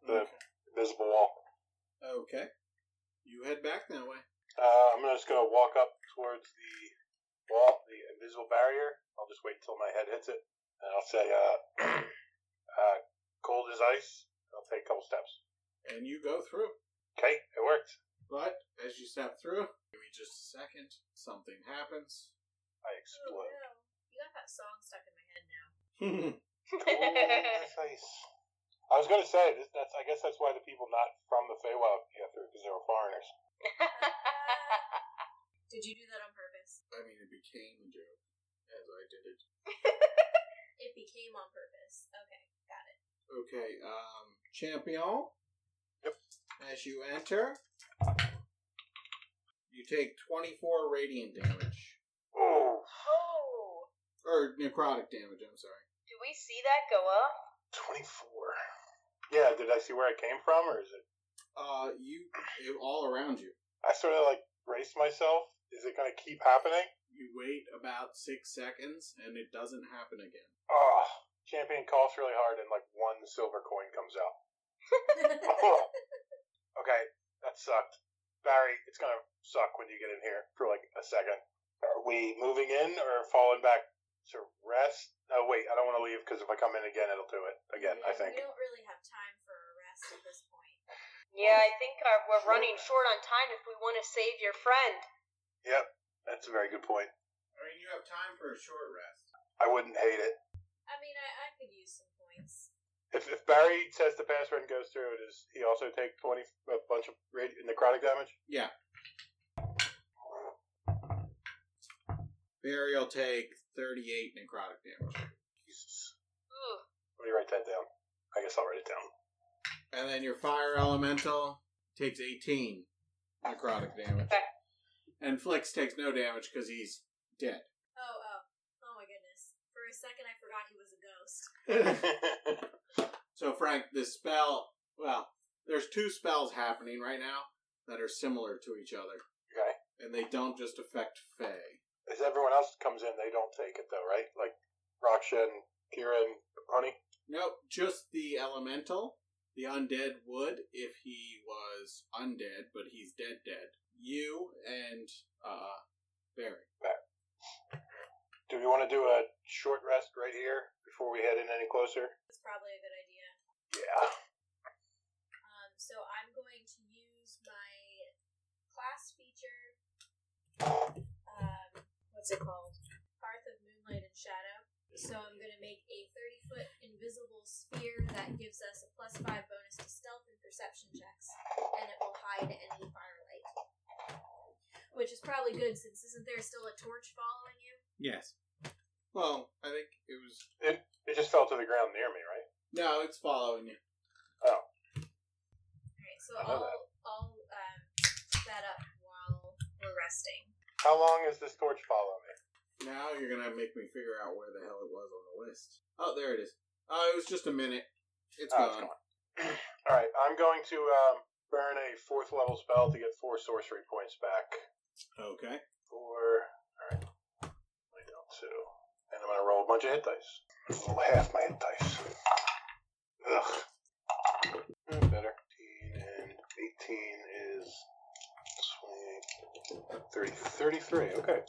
S4: the invisible wall.
S1: Okay. You head back that way.
S4: Uh, I'm just going to walk up towards the wall, the invisible barrier. I'll just wait until my head hits it, and I'll say, uh, [clears throat] uh, cold as ice. I'll take a couple steps.
S1: And you go through.
S4: Okay, it worked.
S1: But as you step through, give me just a second. Something [laughs] happens.
S4: I
S3: Oh, [laughs]
S4: explode.
S3: no. You got that song stuck in my head
S4: [laughs]
S3: now. [laughs]
S4: Cold as ice. I was going to say, this, that's, I guess that's why the people not from the Feywild could get through, because they were foreigners.
S3: Did you do that on purpose?
S1: I mean, it became a joke as I did it.
S3: It became on purpose.
S4: [laughs]
S3: Okay, got it.
S1: Okay, um, champion.
S4: Yep.
S1: As you enter, you take 24 radiant damage.
S4: Oh,
S2: oh,
S1: Or necrotic damage, I'm sorry.
S2: do we see that go up?
S4: 24. Yeah, did I see where I came from, or is it?
S1: Uh, you, it, all around you.
S4: I sort of like braced myself. Is it going to keep happening?
S1: You wait about six seconds and it doesn't happen again.
S4: Oh, champion coughs really hard, and like one silver coin comes out. [laughs] Oh. okay, that sucked. Barry, it's going to suck when you get in here for like a second. Are we moving in or falling back to rest? Oh, wait, I don't want to leave because if I come in again, it'll do it again, I
S3: Yeah,
S4: think.
S3: We don't really have time for a rest at this point.
S2: Yeah, I think our, we're
S4: Sure.
S2: running short on time if we want to save your friend.
S4: Yep, that's a very good point.
S1: I mean, you have time for a short rest.
S4: I wouldn't hate it.
S3: I mean, I, I could use some points.
S4: If, if Barry says the password and goes through it, does he also take 20, a bunch of radi- necrotic damage?
S1: Yeah. Barry will take 38 necrotic damage.
S4: Jesus.
S2: Ooh,
S4: Let me write that down. I guess I'll write it down.
S1: And then your fire elemental takes 18 necrotic damage.
S2: Okay.
S1: And Flex takes no damage because he's dead.
S3: Oh, oh, oh my goodness! For a second, I forgot he was a ghost.
S1: so, Frank, this spell, well, there's two spells happening right now that are similar to each other.
S4: Okay.
S1: And they don't just affect Faye.
S4: [laughs] As everyone else comes in, they don't take it though, right? Like Raksha and Kira and Honey.
S1: Nope, just the elemental. The undead would if he was undead, but he's dead dead. You and uh Barry.
S4: Do we want to do a short rest right here before we head in any closer?
S3: That's probably a good idea.
S4: Yeah.
S3: Um, so I'm going to use use my class feature. Um, what's it called? Path of Moonlight and Shadow. So I'm going to make a 30 foot invisible sphere that gives us a plus 5 bonus to stealth and perception checks, and it will hide any firelight. Which is probably good since isn't there still a torch following you?
S1: Yes. Well, I think it was.
S4: It just fell to the ground near me, right?
S1: No, it's following you.
S3: Alright, so
S4: I know that.
S3: I'll, I'll um, put that up while we're resting.
S4: How long is this torch follow me?
S1: Now you're gonna make me figure out where the hell it was on the list. Oh, there it is. Oh, it was just a minute. It's
S4: Oh,
S1: gone.
S4: it's gone. All right, I'm going to um, burn a fourth level spell to get four sorcery points back.
S1: Okay.
S4: Four. All right, lay down two, and I'm going to roll a bunch of hit dice. Roll half my hit dice. Ugh. Mm, better. 18 and 18 is 28, 30, 33. Okay.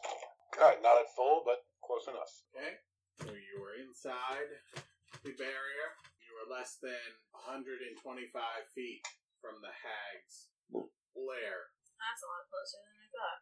S4: All right, not at full, but close enough.
S1: Okay. So you were inside the barrier. You were less than 125 feet from the hag's lair.
S3: That's a lot closer than I thought.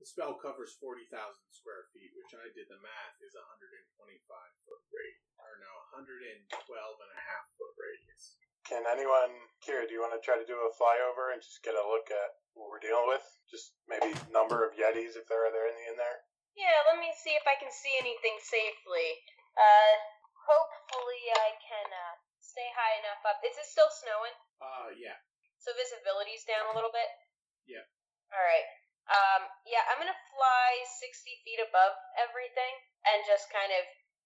S1: The spell covers 40,000 square feet, which I did the math is 125 foot radius. Or no, 112 and a half foot radius.
S4: Can anyone, Kira, do you want to try to do a flyover and just get a look at what we're dealing with? Just maybe number of Yetis if there are there any in there?
S2: Yeah, let me see if I can see anything safely. Uh, hopefully I can uh, stay high enough up. Is it still snowing?
S1: Uh, yeah.
S2: So visibility's down a little bit?
S1: Yeah.
S2: Alright. Um, yeah, I'm gonna fly 60 feet above everything and just kind of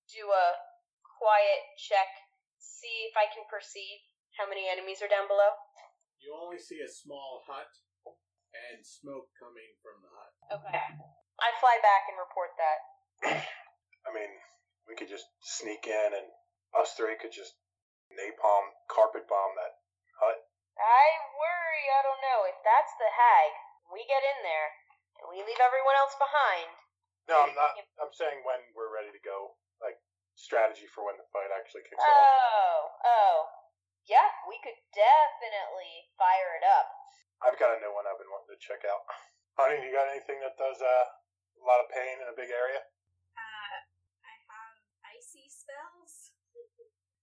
S2: do a quiet check, see if I can perceive how many enemies are down below.
S1: You only see a small hut and smoke coming from the hut.
S2: Okay. I fly back and report that.
S4: I mean, we could just sneak in and us three could just napalm, carpet bomb that.
S2: I worry, I don't know, if that's the hag, we get in there and we leave everyone else behind.
S4: No, I'm not. I'm saying when we're ready to go, like strategy for when the fight actually kicks off.
S2: Oh, oh. Yeah, we could definitely fire it up.
S4: I've got a new one I've been wanting to check out. Honey, you got anything that does uh, a lot of pain in a big area?
S3: Uh, I have icy spells.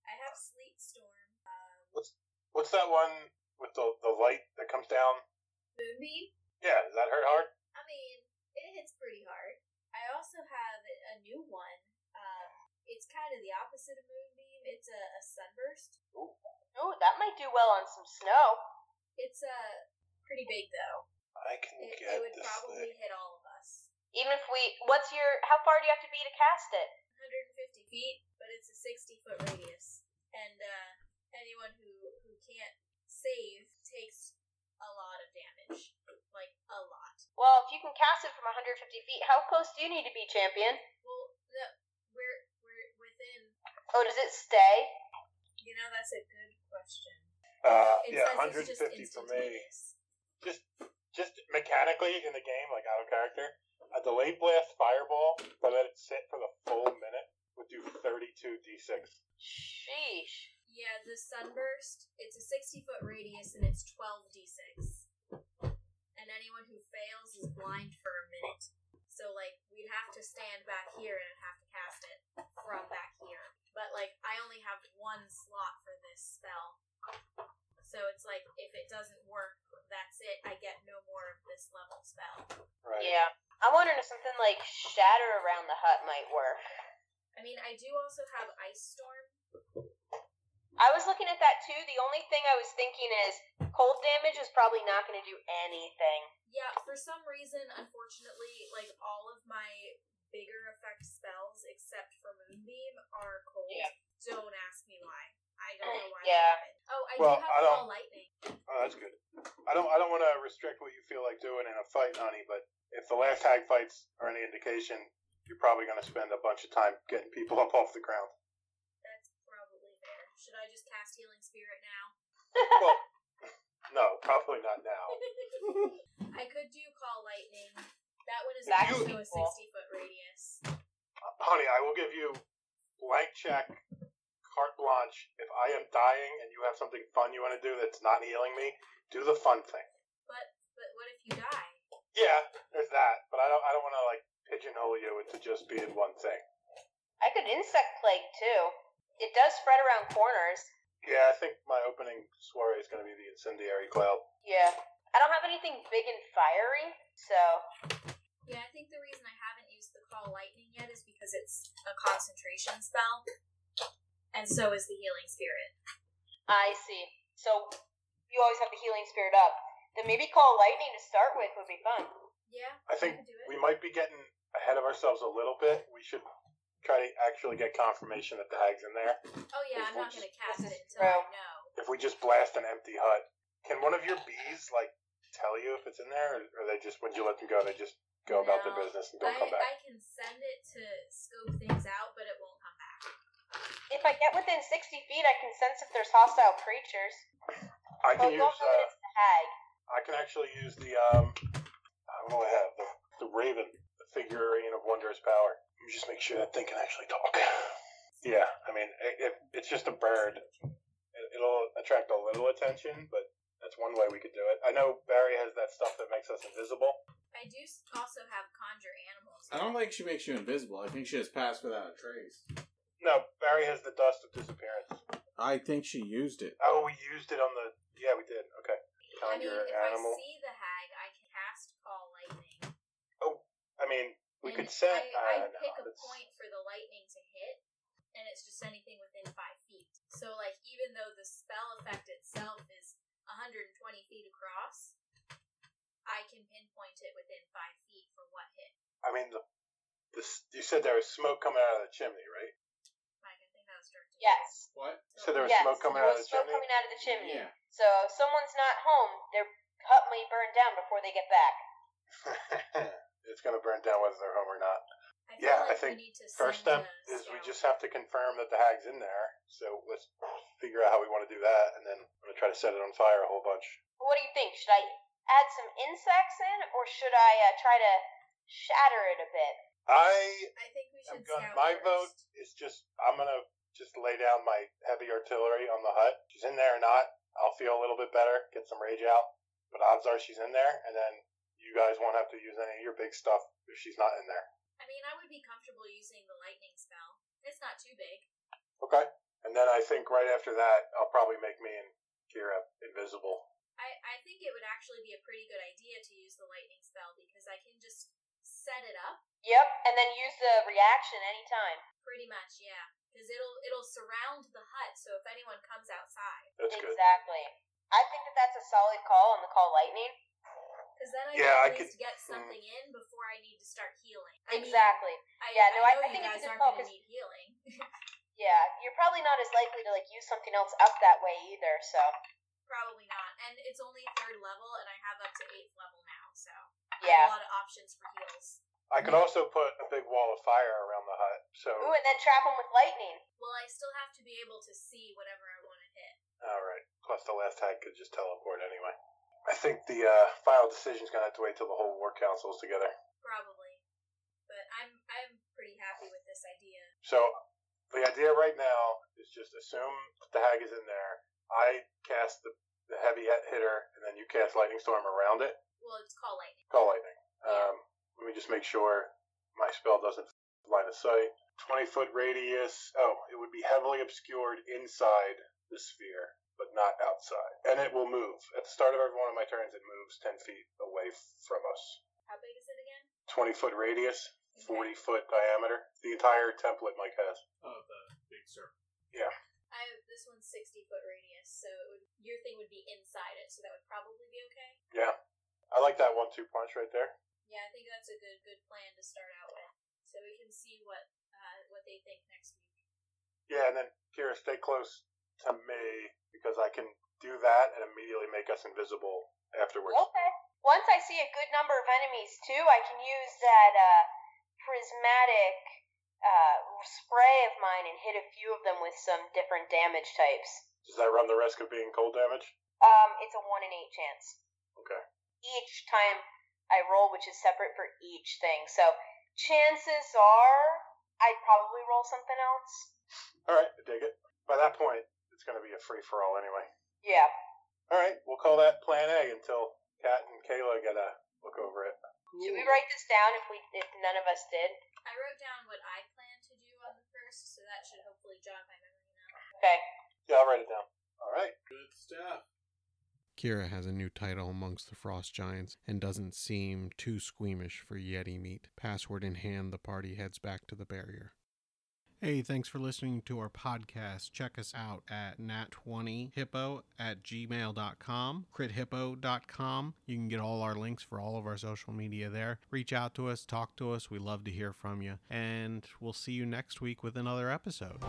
S3: I have sleet storm. Um,
S4: What's that one with the the light that comes down?
S3: moonbeam.
S4: Yeah, does that hurt hard?
S3: I mean, it hits pretty hard. I also have a a new one. Um, it's kind of the opposite of moonbeam. It's a, a sunburst.
S2: Ooh, that might do well on some snow.
S3: It's uh, pretty big though.
S4: I can
S3: It,
S4: get
S3: it would
S4: this
S3: probably
S4: thing.
S3: hit all of us.
S2: Even if we, what's your? How far do you have to be to cast it?
S3: 150 feet, but it's a 60 foot radius. And uh, anyone who who can't save takes a lot of damage, like a lot.
S2: Well, if you can cast it from 150 feet, how close do you need to be, champion?
S3: Well, no, we're we're within.
S2: Oh, does it stay?
S3: You know, that's a good question.
S4: Uh,
S3: It
S4: yeah, 150
S3: says it's just
S4: for me.
S3: instantaneous.
S4: Just mechanically in the game, like out of character, a delayed blast fireball, but let it sit for the full minute would do 32 d6.
S2: Sheesh.
S3: Yeah, the sunburst. It's a sixty foot radius and it's twelve d six. And anyone who fails is blind for a minute. So like we'd have to stand back here and have to cast it from back here. But like I only have one slot for this spell. So it's like if it doesn't work, that's it. I get no more of this level spell.
S4: Right.
S2: Yeah. I'm wondering if something like shatter around the hut might work.
S3: I mean, I do also have ice storm.
S2: I was looking at that too. The only thing I was thinking is cold damage is probably not going to do anything.
S3: Yeah, for some reason, unfortunately, like all of my bigger effect spells except for Moonbeam are cold.
S2: Yeah.
S3: Don't ask me why. I don't know why. that
S2: Yeah.
S3: happened. Oh, I
S4: Well,
S3: do
S4: I
S3: have
S4: don't-
S3: call lightning.
S4: Oh, that's good. I don't I don't want to restrict what you feel like doing in a fight, honey, but if the last tag fights are any indication, you're probably going to spend a bunch of time getting people [laughs] up off the ground.
S3: That's probably fair. Should I just cast Healing Spirit
S2: [laughs]
S3: now?
S4: No, probably not now.
S3: I could do call lightning. That one is
S2: That
S3: also
S2: would be
S3: a
S2: cool.
S3: sixty foot radius.
S4: honey, I will give you blank check, carte blanche. If I am dying and you have something fun you want to do that's not healing me, do the fun thing.
S3: you die.
S4: Yeah, there's that, but I don't I don't want to like pigeonhole you into just being one thing.
S2: I could insect plague too. It does spread around corners.
S4: Yeah, I think my opening soiree is going to be the incendiary cloud.
S2: Yeah. I don't have anything big and fiery, so
S3: Yeah, I think the reason I haven't used the call lightning yet is because it's a concentration spell, and so is the healing spirit.
S2: I see. So you always have the healing spirit up. Then maybe call lightning to start with would be fun.
S3: Yeah,
S4: I think
S3: can do
S4: we might be getting ahead of ourselves a little bit. We should try to actually get confirmation that the hag's in there.
S3: Oh yeah, I'm not gonna cast
S2: This
S3: it
S2: is
S3: until
S2: pro.
S3: I know.
S4: If we just blast an empty hut, can one of your bees like tell you if it's in there, or or they just when you let them go, they just go about their
S3: No.
S4: business and
S3: I,
S4: don't come
S3: I
S4: back?
S3: can send it to scope things out, but it won't come back.
S2: If I get within 60 feet, I can sense if there's hostile creatures. Oh, But
S4: I, can
S2: you
S4: use.
S2: don't know that
S4: Uh,
S2: it's the hag.
S4: I can actually use the um. I don't know what I have the, the raven, the figurine of wondrous power. Let me just make sure that thing can actually talk. Yeah, I mean, it, it, it's just a bird. It, it'll attract a little attention, but that's one way we could do it. I know Barry has that stuff that makes us invisible.
S3: I do s- also have conjure animals.
S1: I don't think she makes you invisible. I think she has passed without a trace.
S4: No, Barry has the dust of disappearance.
S1: I think she used it.
S4: Oh, we used it on the. Yeah, we did. Okay.
S3: I mean,
S4: Conjure
S3: if
S4: animal.
S3: I see the hag, I can cast call lightning.
S4: I mean, we
S3: And
S4: could send.
S3: I, I
S4: uh, no,
S3: pick a
S4: that's-
S3: point for the lightning to hit, and it's just anything within five feet. So, like, even though the spell effect itself is 120 feet across, I can pinpoint it within five feet for what hit.
S4: I mean, the, the, s- you said there was smoke coming out of the chimney, right? [laughs]
S3: Mike, I think that was during
S2: Yes.
S1: What?
S4: So there was
S2: yes.
S4: smoke coming
S2: there
S4: out of
S2: was
S4: the
S2: smoke
S4: chimney?
S2: coming out of the chimney.
S1: Yeah.
S2: So if someone's not home, their hut may burn down before they get back.
S4: it's going to burn down whether they're home or not.
S3: I feel
S4: Yeah, I
S3: like we
S4: think
S3: need to
S4: First
S3: send
S4: step
S3: a
S4: is we
S3: scout.
S4: just have to confirm that the hag's in there. So let's figure out how we want to do that, and then I'm going to try to set it on fire a whole bunch.
S2: What do you think? Should I add some insects in, or should I uh, try to shatter it a bit?
S4: I
S3: I think we
S4: am
S3: should
S4: going.
S3: scout
S4: My
S3: first.
S4: vote is just I'm going to just lay down my heavy artillery on the hut. She's in there or not, I'll feel a little bit better, get some rage out. But odds are she's in there, and then you guys won't have to use any of your big stuff if she's not in there.
S3: I mean, I would be comfortable using the lightning spell. It's not too big.
S4: Okay. And then I think right after that, I'll probably make me and Kira invisible.
S3: I, I think it would actually be a pretty good idea to use the lightning spell because I can just set it up
S2: Yep, and then use the reaction anytime.
S3: pretty much, yeah. Because it'll it'll surround the hut, so if anyone comes outside,
S4: That's good.
S2: exactly. I think that that's a solid call on the call lightning.
S3: because then I
S4: Yeah, I
S3: can at
S4: could- Mm.
S3: least get something in before I need to start healing. I mean,
S2: Exactly.
S3: I,
S2: Yeah, no, I-
S3: know
S2: I
S3: you
S2: think it's
S3: guys
S2: a good
S3: aren't
S2: call
S3: going to
S2: 'cause-
S3: need healing. [laughs]
S2: Yeah, you're probably not as likely to like use something else up that way either. So
S3: Probably not, and it's only third level, and I have up to eighth level now, so
S2: yeah.
S3: I have a lot of options for heals.
S4: I could also put a big wall of fire around the hut. So,
S2: Ooh, and then trap them with lightning.
S3: Well, I still have to be able to see whatever I want to hit.
S4: all right. Plus, the last hag could just teleport anyway. I think the uh, final decision's gonna have to wait till the whole war council's together.
S3: Probably. But I'm I'm pretty happy with this idea.
S4: So, the idea right now is just assume that the hag is in there. I cast the, the heavy hitter, and then you cast lightning storm around it.
S3: Well, it's called lightning.
S4: Call lightning. Um, let me just make sure my spell doesn't line of sight. 20 foot radius. Oh, it would be heavily obscured inside the sphere, but not outside. And it will move. At the start of every one of my turns, it moves 10 feet away from us.
S3: How big is it again?
S4: 20 foot radius, 40 foot diameter. The entire template Mike has.
S1: Of Oh, the big serpent.
S3: I have this one's sixty foot radius, so it would, your thing would be inside it, so that would probably be okay.
S4: Yeah. I like that one two punch right there.
S3: Yeah, I think that's a good good plan to start out with, so we can see what uh, what they think next week.
S4: Yeah, and then Kira, stay close to me because I can do that and immediately make us invisible afterwards.
S2: Okay. Once I see a good number of enemies too, I can use that uh, prismatic uh, spray of mine and hit a few of them with some different damage types.
S4: Does that run the risk of being cold damage?
S2: Um, it's a one in eight chance.
S4: Okay.
S2: Each time I roll, which is separate for each thing, so chances are I'd probably roll something else.
S4: All right, I dig it. By that point, it's going to be a free for all anyway.
S2: Yeah.
S4: All right, we'll call that Plan A until Kat and Kayla gotta look over it.
S2: Should we write this down if we if none of us did?
S3: I wrote down what I plan to do on the first, so that should hopefully jog my memory now.
S2: Okay.
S4: Yeah, I'll write it down. All right.
S1: Good stuff.
S5: Kira has a new title amongst the frost giants and doesn't seem too squeamish for Yeti meat. Password in hand, the party heads back to the barrier. Hey, thanks for listening to our podcast. Check us out at nat20hippo at gmail.com, crithippo.com. You can get all our links for all of our social media there. Reach out to us, talk to us. We love to hear from you. And we'll see you next week with another episode.